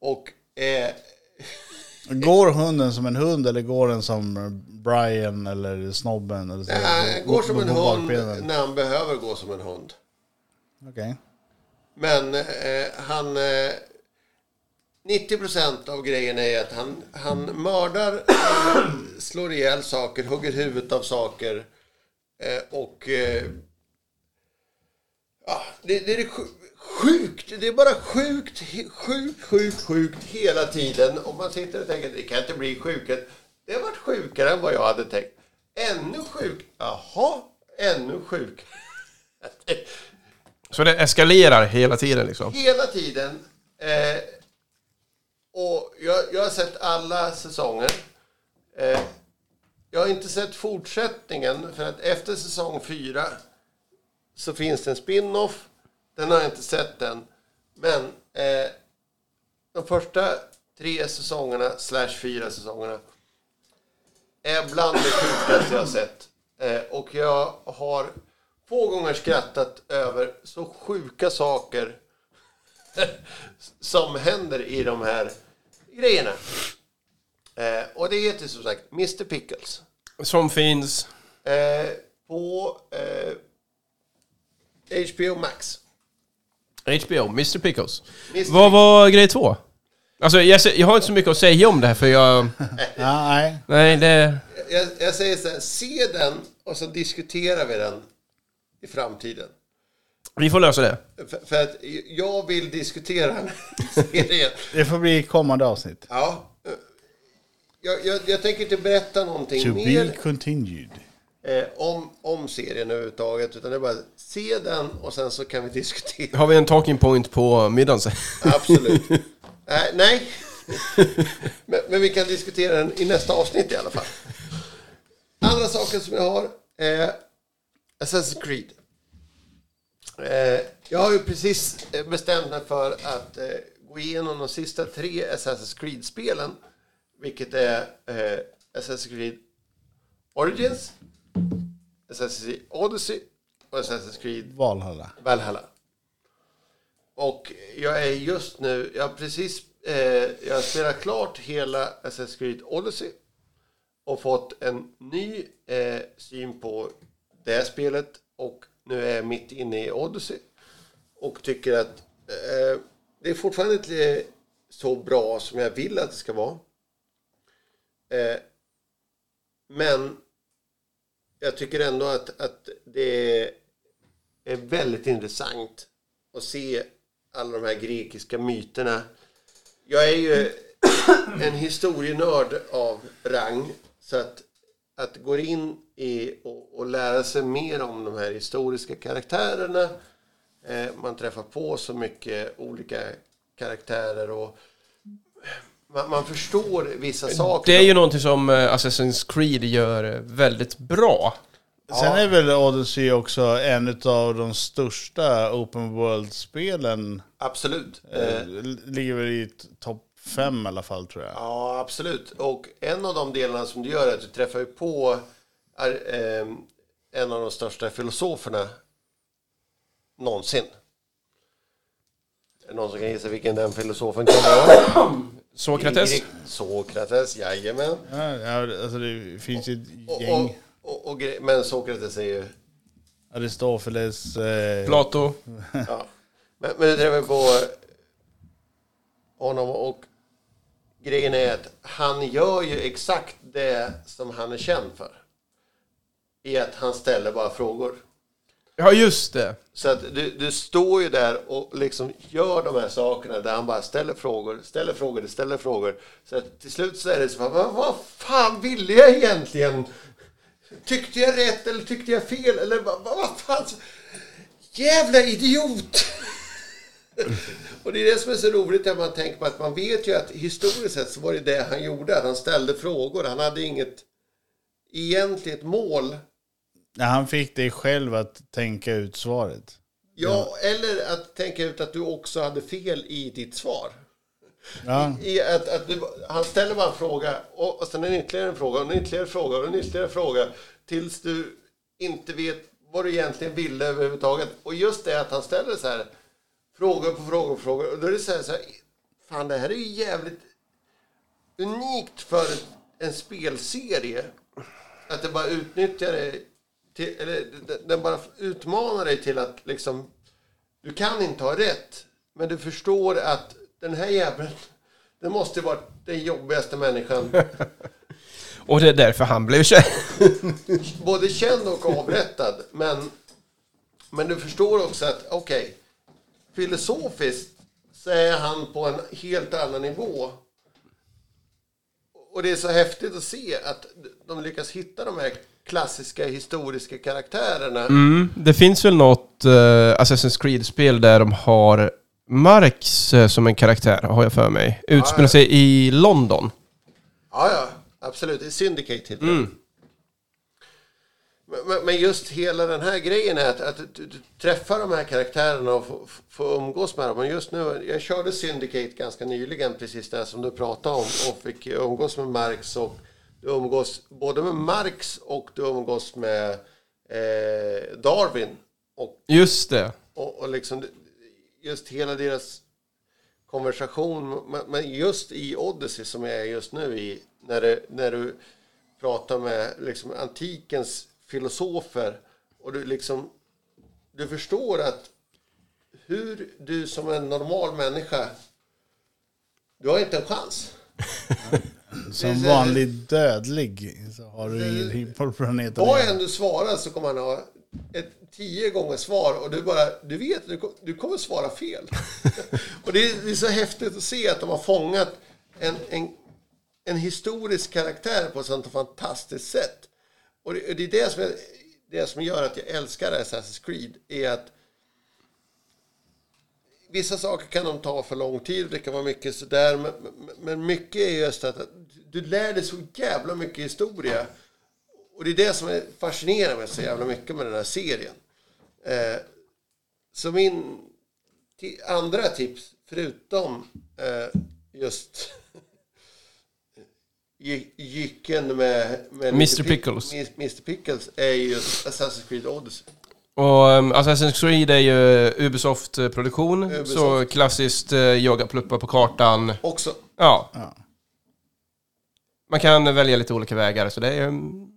Speaker 1: Och eh,
Speaker 3: Går hunden som en hund eller går den som Brian eller snobben? Eller så, Mm,
Speaker 1: han går som
Speaker 3: På
Speaker 1: en hund
Speaker 3: bakbenen?
Speaker 1: när han behöver gå som en hund.
Speaker 3: Okej.
Speaker 1: Men eh, han... Eh, 90 procent av grejen är att han, han mördar, eh, slår ihjäl saker, hugger huvudet av saker. Eh, och... Eh, ja, det, det är sj- sjukt. Det är bara sjukt, he- sjukt, sjukt, sjukt hela tiden. Och man sitter och tänker, det kan inte bli sjukare. Det har varit sjukare än vad jag hade tänkt. Ännu sjuk. Jaha, ännu sjuk. [LAUGHS]
Speaker 2: Så det eskalerar hela tiden liksom.
Speaker 1: Hela tiden. Eh, och jag, jag har sett alla säsonger. Eh, jag har inte sett fortsättningen för att efter säsong fyra så finns det en spin-off. Den har jag inte sett än. Men eh, de första tre säsongerna slash fyra säsongerna är bland det sjukaste jag har sett. Eh, och jag har få gånger skrattat över så sjuka saker som händer i de här grejerna. Eh, och det heter som sagt Mr Pickles.
Speaker 2: Som finns...
Speaker 1: Eh, på eh, HBO Max.
Speaker 2: HBO, Mr Pickles.
Speaker 1: Mr.
Speaker 2: Vad var grej två? Alltså jag, ser- jag har inte så mycket att säga om det här för
Speaker 3: [LAUGHS]
Speaker 2: jag...
Speaker 3: Ja, nej.
Speaker 2: Nej, det...
Speaker 1: Jag, jag säger så här, se den och så diskuterar vi den i framtiden.
Speaker 2: Vi får lösa det.
Speaker 1: För, för att jag vill diskutera den här [LAUGHS] serien.
Speaker 3: Det får bli kommande avsnitt.
Speaker 1: Ja. eh, Jag, jag, jag tänker inte berätta någonting
Speaker 3: To be
Speaker 1: mer
Speaker 3: continued.
Speaker 1: eh, om, om serien överhuvudtaget. Utan det är bara se den och sen så kan vi [LAUGHS] diskutera.
Speaker 2: Har vi en talking point på middagen [LAUGHS] sen?
Speaker 1: Absolut. Eh, nej. men, men vi kan diskutera den i nästa avsnitt i alla fall. Andra saker som jag har är Assassin's Creed. Eh, jag har ju precis eh, bestämt mig för att eh, gå igenom de sista tre Assassin's Creed-spelen. Vilket är eh, Assassin's Creed Origins, Assassin's Creed Odyssey och Assassin's Creed
Speaker 3: Valhalla.
Speaker 1: Valhalla. Och jag är just nu, jag har precis, eh, jag har spelat klart hela Assassin's Creed Odyssey och fått en ny eh, syn på det här spelet och nu är jag mitt inne i Odyssey och tycker att eh, det är fortfarande inte så bra som jag vill att det ska vara. Eh, men jag tycker ändå att, att det är är väldigt intressant att se alla de här grekiska myterna. Jag är ju en historienörd av rang så att, att gå in i och, och lära sig mer om de här historiska karaktärerna. Eh, man träffar på så mycket olika karaktärer och man, man förstår vissa saker.
Speaker 2: Det är ju någonting som eh, Assassin's Creed gör eh, väldigt bra.
Speaker 3: Sen är väl Odyssey också en av de största open world-spelen.
Speaker 1: Absolut. Eh,
Speaker 3: Eh, ligger väl i t- topp fem i alla fall tror jag.
Speaker 1: Ja, absolut. Och en av de delarna som du gör är att du träffar ju på är, ehm, en av de största filosoferna någonsin. Är det någon som kan gissa vilken den filosofen kan vara?
Speaker 2: Sokrates?
Speaker 1: Grek- Sokrates, jajamän.
Speaker 3: Ja, ja, alltså det finns ju ett
Speaker 1: Och, och,
Speaker 3: gäng.
Speaker 1: och, och, gre- men Sokrates är ju...
Speaker 3: Aristofanes. Eh,
Speaker 2: Plato?
Speaker 1: Ja. Men, men du träffar på honom och grejen är att han gör ju exakt det som han är känd för. I att han ställer bara frågor.
Speaker 2: Ja, just det.
Speaker 1: Så att du, du står ju där och liksom gör de här sakerna där han bara ställer frågor, ställer frågor, ställer frågor. Så att till slut så är det så bara, "Vad- vad fan ville jag egentligen? Tyckte jag rätt eller tyckte jag fel? Eller vad, vad vad fan? Jävla idiot! [LAUGHS] och det är det som är så roligt när man tänker på att man vet ju att historiskt sett så var det det han gjorde. att Han ställde frågor, han hade inget egentligt mål.
Speaker 3: ja, han fick dig själv att tänka ut svaret.
Speaker 1: Ja, eller att tänka ut att du också hade fel i ditt svar.
Speaker 3: Ja.
Speaker 1: I att, att du, han ställer bara en fråga och, och sen en ytterligare en fråga och en ytterligare fråga och en ytterligare fråga tills du inte vet vad du egentligen ville överhuvudtaget. Och just det att han ställer så här frågor på frågor på frågor och då är det så här, så här fan det här är ju jävligt unikt för en spelserie. Att det bara utnyttjar dig, till, eller den- den bara utmanar dig till att liksom Du kan inte ha rätt, men du förstår att den här jäveln, det måste vara den jobbigaste människan,
Speaker 2: Och det är därför han blev känd.
Speaker 1: både känd och avrättad. Men, men du förstår också att, okej, filosofiskt så är han på en helt annan nivå. Och det är så häftigt att se att de lyckas hitta de här klassiska historiska karaktärerna.
Speaker 2: Mm, det finns väl något eh, Assassin's Creed-spel där de har Marx eh, som en karaktär, har jag för mig. Utspelar sig i London.
Speaker 1: Ja, ja, absolut. Det är Syndicate heter det. Men- Men, men just hela den här grejen är att, att du, du träffar de här karaktärerna och får, får umgås med dem. Men just nu, jag körde Syndicate ganska nyligen, precis det här som du pratade om. Och fick umgås med Marx och du umgås både med Marx och du umgås med eh, Darwin. Och
Speaker 2: Just det.
Speaker 1: och, och liksom det- just hela deras konversation, men, men just i Odyssey som jag är just nu i, när, det, när du pratar med liksom antikens filosofer och du liksom, du förstår att hur du som en normal människa, du har inte en chans.
Speaker 3: Som vanlig dödlig så har du ingen liv på planeten.
Speaker 1: Vad än du svarar så kommer han ha ett tio gånger svar och du bara, du vet, du, kom- du kommer svara fel. och det är, det är så häftigt att se att de har fångat en, en, en historisk karaktär på ett sånt fantastiskt sätt. Och det, det är det som, jag, det som gör att jag älskar Assassin's Creed, är att Vissa saker kan de ta för lång tid, det kan vara mycket sådär, men, men- men mycket är just att att du lär dig så jävla mycket historia. Och det är det som är- fascinerar mig så jävla mycket med den här serien. Eh, så min ti- andra tips, förutom eh, just [LAUGHS] gy- jycken med, med
Speaker 2: Mr.
Speaker 1: lite pic-
Speaker 2: Pickles.
Speaker 1: Mis- Mr. Pickles, är ju just Assassin's Creed Odyssey.
Speaker 2: Och um, Assassin's Creed är ju Ubisoft-produktion.
Speaker 1: Ubisoft.
Speaker 2: Så klassiskt uh, jaga-pluppa på kartan.
Speaker 1: Också.
Speaker 2: Ja.
Speaker 3: Ja.
Speaker 2: Man kan välja lite olika vägar, så det är um,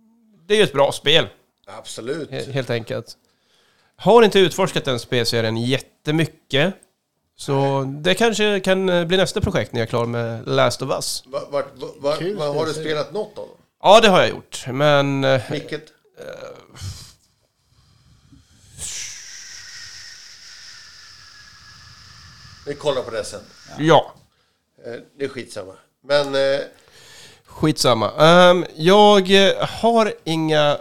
Speaker 2: det är ju ett bra spel,
Speaker 1: Absolut.
Speaker 2: he- helt enkelt. Har inte utforskat den spelserien jättemycket. Så det kanske kan eh, bli nästa projekt när jag är klar med Last of Us.
Speaker 1: Vart, vart, vart, vart,
Speaker 3: Kul
Speaker 1: har du
Speaker 3: spelserie.
Speaker 1: spelat något av dem?
Speaker 2: Ja, det har jag gjort, men... eh,
Speaker 1: Vilket? Vi kollar på det sen.
Speaker 2: Ja.
Speaker 1: Eh, Det är skitsamma. Men eh,
Speaker 2: Skitsamma. Ehm, jag eh, har inga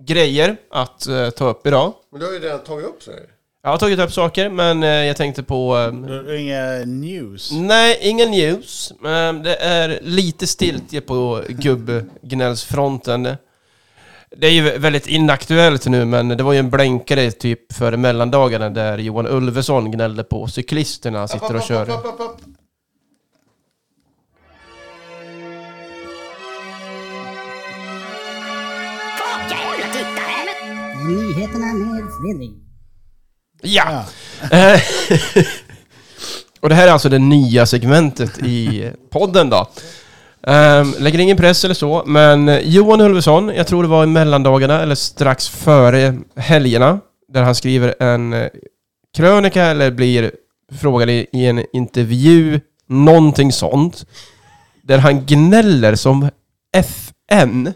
Speaker 2: grejer att eh, ta upp idag.
Speaker 1: men du har ju redan tagit upp så här.
Speaker 2: Jag har tagit upp saker, men eh, jag tänkte på... ehm,
Speaker 3: Du har Inga news.
Speaker 1: Mm.
Speaker 2: nej, ingen news. men det är lite stiltje på gubbgnällsfronten. Det är ju vä- väldigt inaktuellt nu, men det var ju en blänkare typ före mellandagarna där Johan Ulveson gnällde på cyklisterna sitter och kör.
Speaker 1: App, app, app, app, app.
Speaker 5: Nyheterna med Fredrik.
Speaker 2: Ja! Eh, [LAUGHS] och det här är alltså det nya segmentet i podden då. Ehm, lägger ingen press eller så, men Johan Ulveson, jag tror det var i mellandagarna eller strax före helgerna, där han skriver en eh, krönika eller blir frågad i, i en intervju, någonting sånt, där han gnäller som FN.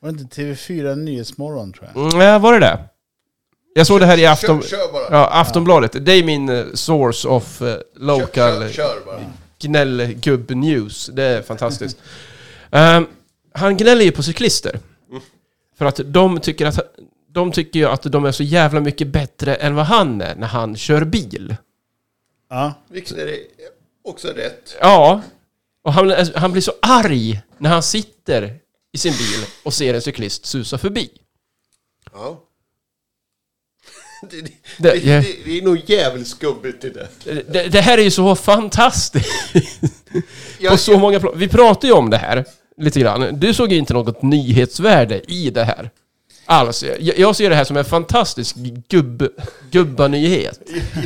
Speaker 3: Var det inte TV4 Nyhetsmorgon tror jag?
Speaker 2: Mm, ja, var det det? Jag såg det här i Afton...
Speaker 1: Kör, kör bara.
Speaker 2: Ja, Aftonbladet. Det är min eh, source of eh,
Speaker 1: Kör,
Speaker 2: local
Speaker 1: kör, kör bara.
Speaker 2: gnällgubb-news. Det är fantastiskt. [LAUGHS] Ehm, han gnäller ju på cyklister.
Speaker 1: Mm.
Speaker 2: För att de tycker att de tycker ju att de är så jävla mycket bättre än vad han är när han kör bil.
Speaker 3: Ja.
Speaker 1: Vilket är det också rätt.
Speaker 2: Ja, och han, alltså, han blir så arg när han sitter i sin bil och ser en cyklist susa förbi.
Speaker 1: Ja. [LAUGHS] Det, det,
Speaker 2: Det-
Speaker 1: det, det, det är nog jävligt skubbigt i det.
Speaker 2: Eh, Det, det här är ju så fantastiskt. på så många plan. Vi pratade ju om det här lite grann. Du såg ju inte något nyhetsvärde i det här. Alls. Jag, jag ser det här som en fantastisk gubb, gubbanyhet.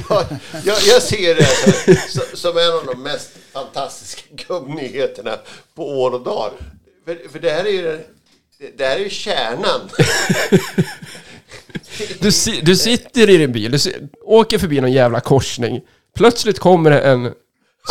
Speaker 1: jag, jag, jag ser det som, som- som en av de mest fantastiska gubbnyheterna på år och dag. För, för det här är ju det, det här är ju kärnan.
Speaker 2: Du, si- du sitter i din bil, du si- åker förbi någon jävla korsning. Plötsligt kommer det en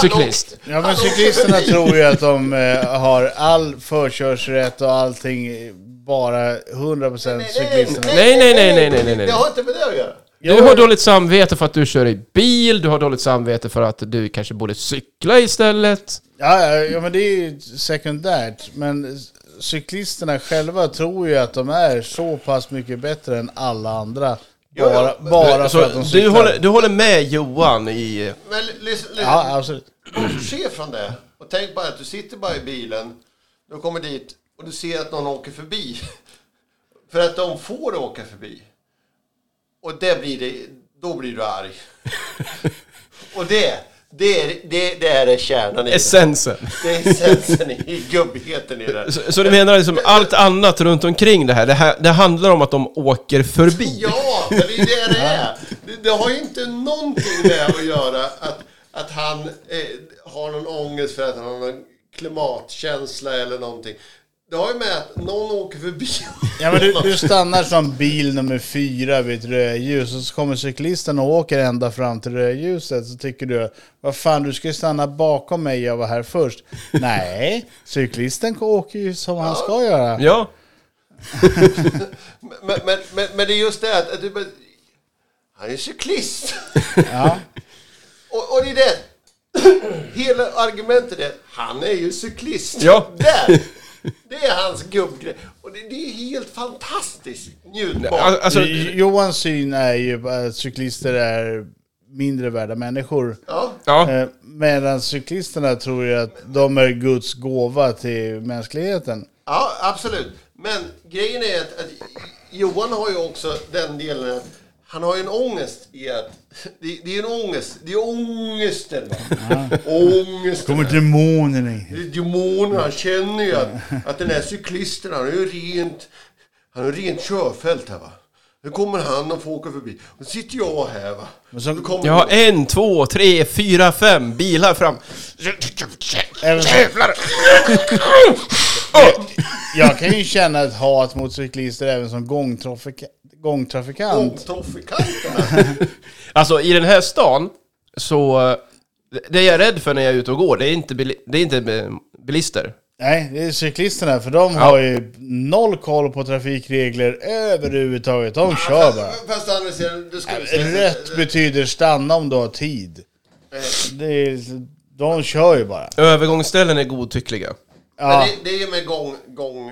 Speaker 2: cyklist.
Speaker 3: Ja men cyklisterna tror ju att de eh, har all förkörsrätt och allting eh, bara 100% cyklisterna.
Speaker 2: Nej, nej, nej, nej, nej, nej, nej.
Speaker 1: Det har inte med det att göra.
Speaker 2: Du har dåligt samvete för att du kör i bil, du har dåligt samvete för att du kanske borde cykla istället.
Speaker 3: Ja, ja, ja men det är ju sekundärt. Men c- cyklisterna själva tror ju att de är så pass mycket bättre än alla andra.
Speaker 1: Ja,
Speaker 3: Bara,
Speaker 1: ja, men-
Speaker 3: bara
Speaker 2: Så
Speaker 3: för att de cyklar.
Speaker 2: du, håller, du håller med Johan i...
Speaker 1: Men lyssna,
Speaker 3: Ja, absolut.
Speaker 1: bortse från det. Och tänk bara att du sitter bara i bilen. Du kommer dit och du ser att någon åker förbi. För att de får åka förbi. Och det blir det, då blir du arg. och det, det är det, det är det kärnan i det.
Speaker 2: Essensen.
Speaker 1: Det är essensen i gubbigheten i det.
Speaker 2: Så, så du menar liksom allt annat runt omkring det här, det här, det handlar om att de åker förbi?
Speaker 1: Ja, men det är det det är. Det, det har ju inte någonting med att göra att, att han eh, har någon ångest för att han har någon klimatkänsla eller någonting. Det har ju med att någon åker förbi.
Speaker 3: Ja, men du, du stannar som bil nummer fyra vid ett rödljus och så kommer cyklisten och åker ända fram till rödljuset. Så tycker du, vad fan du ska ju stanna bakom mig, jag var
Speaker 2: [LAUGHS]
Speaker 3: här först. Nej, cyklisten åker ju som han ska göra.
Speaker 2: Ja.
Speaker 1: [LAUGHS] Men, men, men, men det är just det att, att du, bara- han är ju cyklist.
Speaker 3: Ja.
Speaker 1: [LAUGHS] Och, och det är det. [CLEARS THROAT] Hela argumentet är att han är ju cyklist.
Speaker 2: Ja.
Speaker 1: Där. Det är hans gubbgrej. Och det, det är helt fantastiskt njutbart.
Speaker 2: Al- Alltså,
Speaker 3: Jo- Johans syn är ju att cyklister är mindre värda människor.
Speaker 1: ja.
Speaker 2: ja.
Speaker 3: Eh, Medan cyklisterna tror ju att de är Guds gåva till mänskligheten.
Speaker 1: Ja, absolut. Men grejen är att, att Johan har ju också den delen att han har ju en ångest i att... Det, det är en ångest. Det är ångesten. va? Ångesten.
Speaker 3: Kommer demonerna in.
Speaker 1: Det är Demonen, han känner ju att, att den här cyklisten, han är ju rent... Han har ju rent körfält här va. Nu kommer han och får åka förbi. Nu sitter jag här va.
Speaker 3: så-
Speaker 1: Nu kommer
Speaker 2: Jag har en, två, tre, fyra, fem bilar fram.
Speaker 3: Även-
Speaker 2: Jävlar!
Speaker 3: [LAUGHS] Jag kan ju känna ett hat mot cyklister även som gångtrafika- gångtrafikant.
Speaker 1: Oh. Trafikanterna.
Speaker 2: Alltså i den här stan så... eh, Det jag är rädd för när jag är ute och går, det är inte, bili- det är inte eh, bilister.
Speaker 3: Nej, det är cyklisterna för de har ju noll koll på trafikregler överhuvudtaget. De kör bara.
Speaker 1: Fast- Fast å andra sidan, du skulle
Speaker 3: Rött betyder stanna om du har tid. Det är, liksom- de kör ju bara.
Speaker 2: Övergångsställen är godtyckliga.
Speaker 3: Ja.
Speaker 1: Men det, det är ju med gång, gång,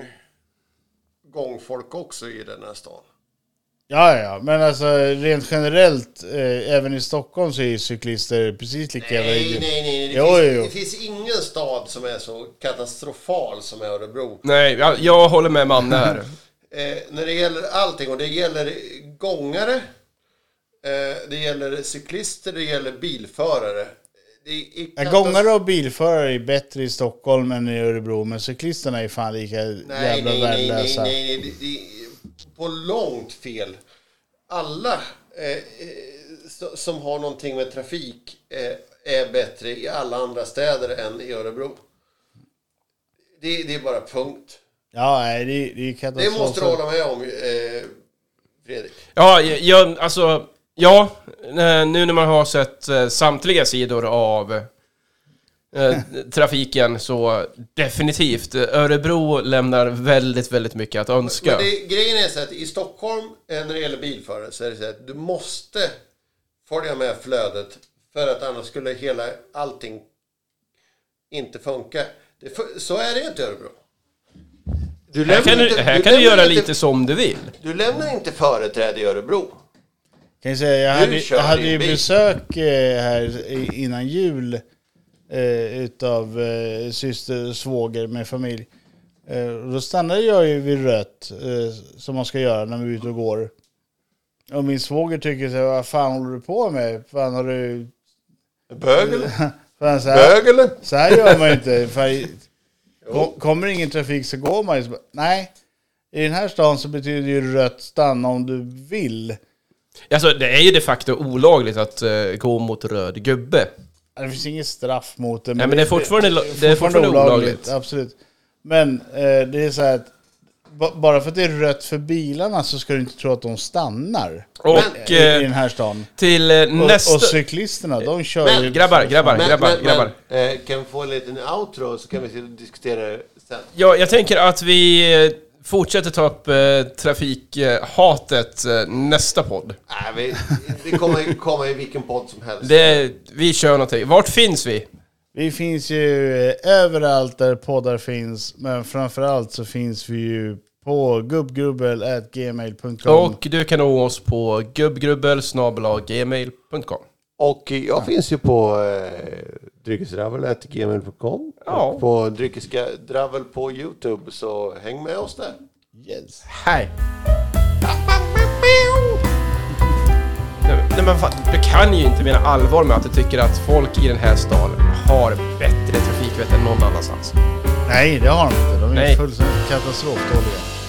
Speaker 1: gångfolk också i den här stan.
Speaker 3: Ja, ja, men alltså rent generellt, eh, även i Stockholm så är ju cyklister precis lika jävla
Speaker 1: Nej, nej,
Speaker 3: idioter.
Speaker 1: nej. nej. Det,
Speaker 3: Jo,
Speaker 1: finns,
Speaker 3: jo.
Speaker 1: det finns ingen stad som är så katastrofal som Örebro.
Speaker 2: Nej, jag, jag håller med Manne här.
Speaker 1: Eh, när det gäller allting, och det gäller gångare, eh, det gäller cyklister, det gäller bilförare. Det är
Speaker 3: Ja,
Speaker 1: katas-
Speaker 3: Gångare och bilförare är bättre i Stockholm än i Örebro, men cyklisterna är fan lika
Speaker 1: Nej,
Speaker 3: jävla
Speaker 1: nej, nej, nej,
Speaker 3: värdelösa.
Speaker 1: nej, nej. Det, det är på långt fel. Alla eh, eh, so- som har någonting med trafik eh, är bättre i alla andra städer än i Örebro. Det, det är bara punkt.
Speaker 3: Ja, nej, det, är- det är
Speaker 1: Det
Speaker 3: katastrof.
Speaker 1: måste du hålla med om, eh, Fredrik.
Speaker 2: Ja, jag- jag, alltså, ja, eh, nu när man har sett eh, samtliga sidor av eh, trafiken så definitivt. eh, Örebro lämnar väldigt, väldigt mycket att önska.
Speaker 1: Men det, grejen är så att i Stockholm, eh, när det gäller bilförare, så är det så att du måste följa med flödet för att annars skulle hela allting inte funka. Det, fu- så är det ju inte i Örebro. Du
Speaker 2: Här kan
Speaker 1: lämnar
Speaker 2: du, här
Speaker 1: du
Speaker 2: kan du
Speaker 1: lämnar
Speaker 2: göra
Speaker 1: inte-
Speaker 2: lite som du vill.
Speaker 1: Du lämnar inte företräde i Örebro.
Speaker 3: Kan jag, säga, jag,
Speaker 1: Du
Speaker 3: hade,
Speaker 1: kör
Speaker 3: jag hade
Speaker 1: din
Speaker 3: ju
Speaker 1: bil.
Speaker 3: besök eh, här i- innan jul eh, utav eh, syster och svåger med familj. Eh, och då stannade jag ju vid rött, eh, som man ska göra när man är ute och går. Och min svåger tycker så här, vad fan håller du på med? Fan har du... [LAUGHS]
Speaker 1: Bög eller?
Speaker 3: Fan, så, här,
Speaker 1: Bög eller?
Speaker 3: så här gör man
Speaker 2: [LAUGHS]
Speaker 3: ju inte. Fan, ko- kommer det ingen trafik så går man ju. så bara, Nej, i den här stan så betyder ju rött stanna om du vill.
Speaker 2: Alltså, det är ju de facto olagligt att eh, gå mot röd gubbe.
Speaker 3: Det finns inget straff mot det.
Speaker 2: Nej, men det är fortfarande, det är fortfarande olagligt.
Speaker 3: Absolut. Men eh, det är så här att ba- bara för att det är rött för bilarna så ska du inte tro att de stannar
Speaker 1: Men-
Speaker 2: Och
Speaker 3: i, i den
Speaker 2: eh,
Speaker 3: här stan.
Speaker 2: till eh,
Speaker 3: Och,
Speaker 2: nästa...
Speaker 3: och cyklisterna, de kör
Speaker 1: Men-
Speaker 3: ju...
Speaker 2: Grabbar, grabbar, grabbar, grabbar.
Speaker 1: men, eh, kan vi få en liten outro så kan vi sitta och diskutera det sen.
Speaker 2: Ja, jag tänker att vi eh, fortsätter ta upp eh, trafikhatet eh, nästa podd.
Speaker 1: Nej, vi, det kommer ju komma i vilken podd som helst.
Speaker 2: Det, vi kör någonting. Vart finns vi?
Speaker 3: Vi finns ju eh, överallt där poddar finns, men framförallt så finns vi ju på gubbgrubbel.gmail.com.
Speaker 2: Och du kan nå oss på gubbgrubbel.gmail.com.
Speaker 1: Och jag finns ju på eh, dryckesdravel.gmail.com
Speaker 2: Ja.
Speaker 1: och på dryckesdravel på Youtube, så häng med oss där.
Speaker 3: Yes.
Speaker 2: Hej! Nej, men- nej, men fan, du kan ju inte mena allvar med att du tycker att folk i den här stan har bättre trafikvett än någon annanstans.
Speaker 3: Nej, det har de inte. De är
Speaker 2: Nej.
Speaker 3: fullständigt katastroftåliga.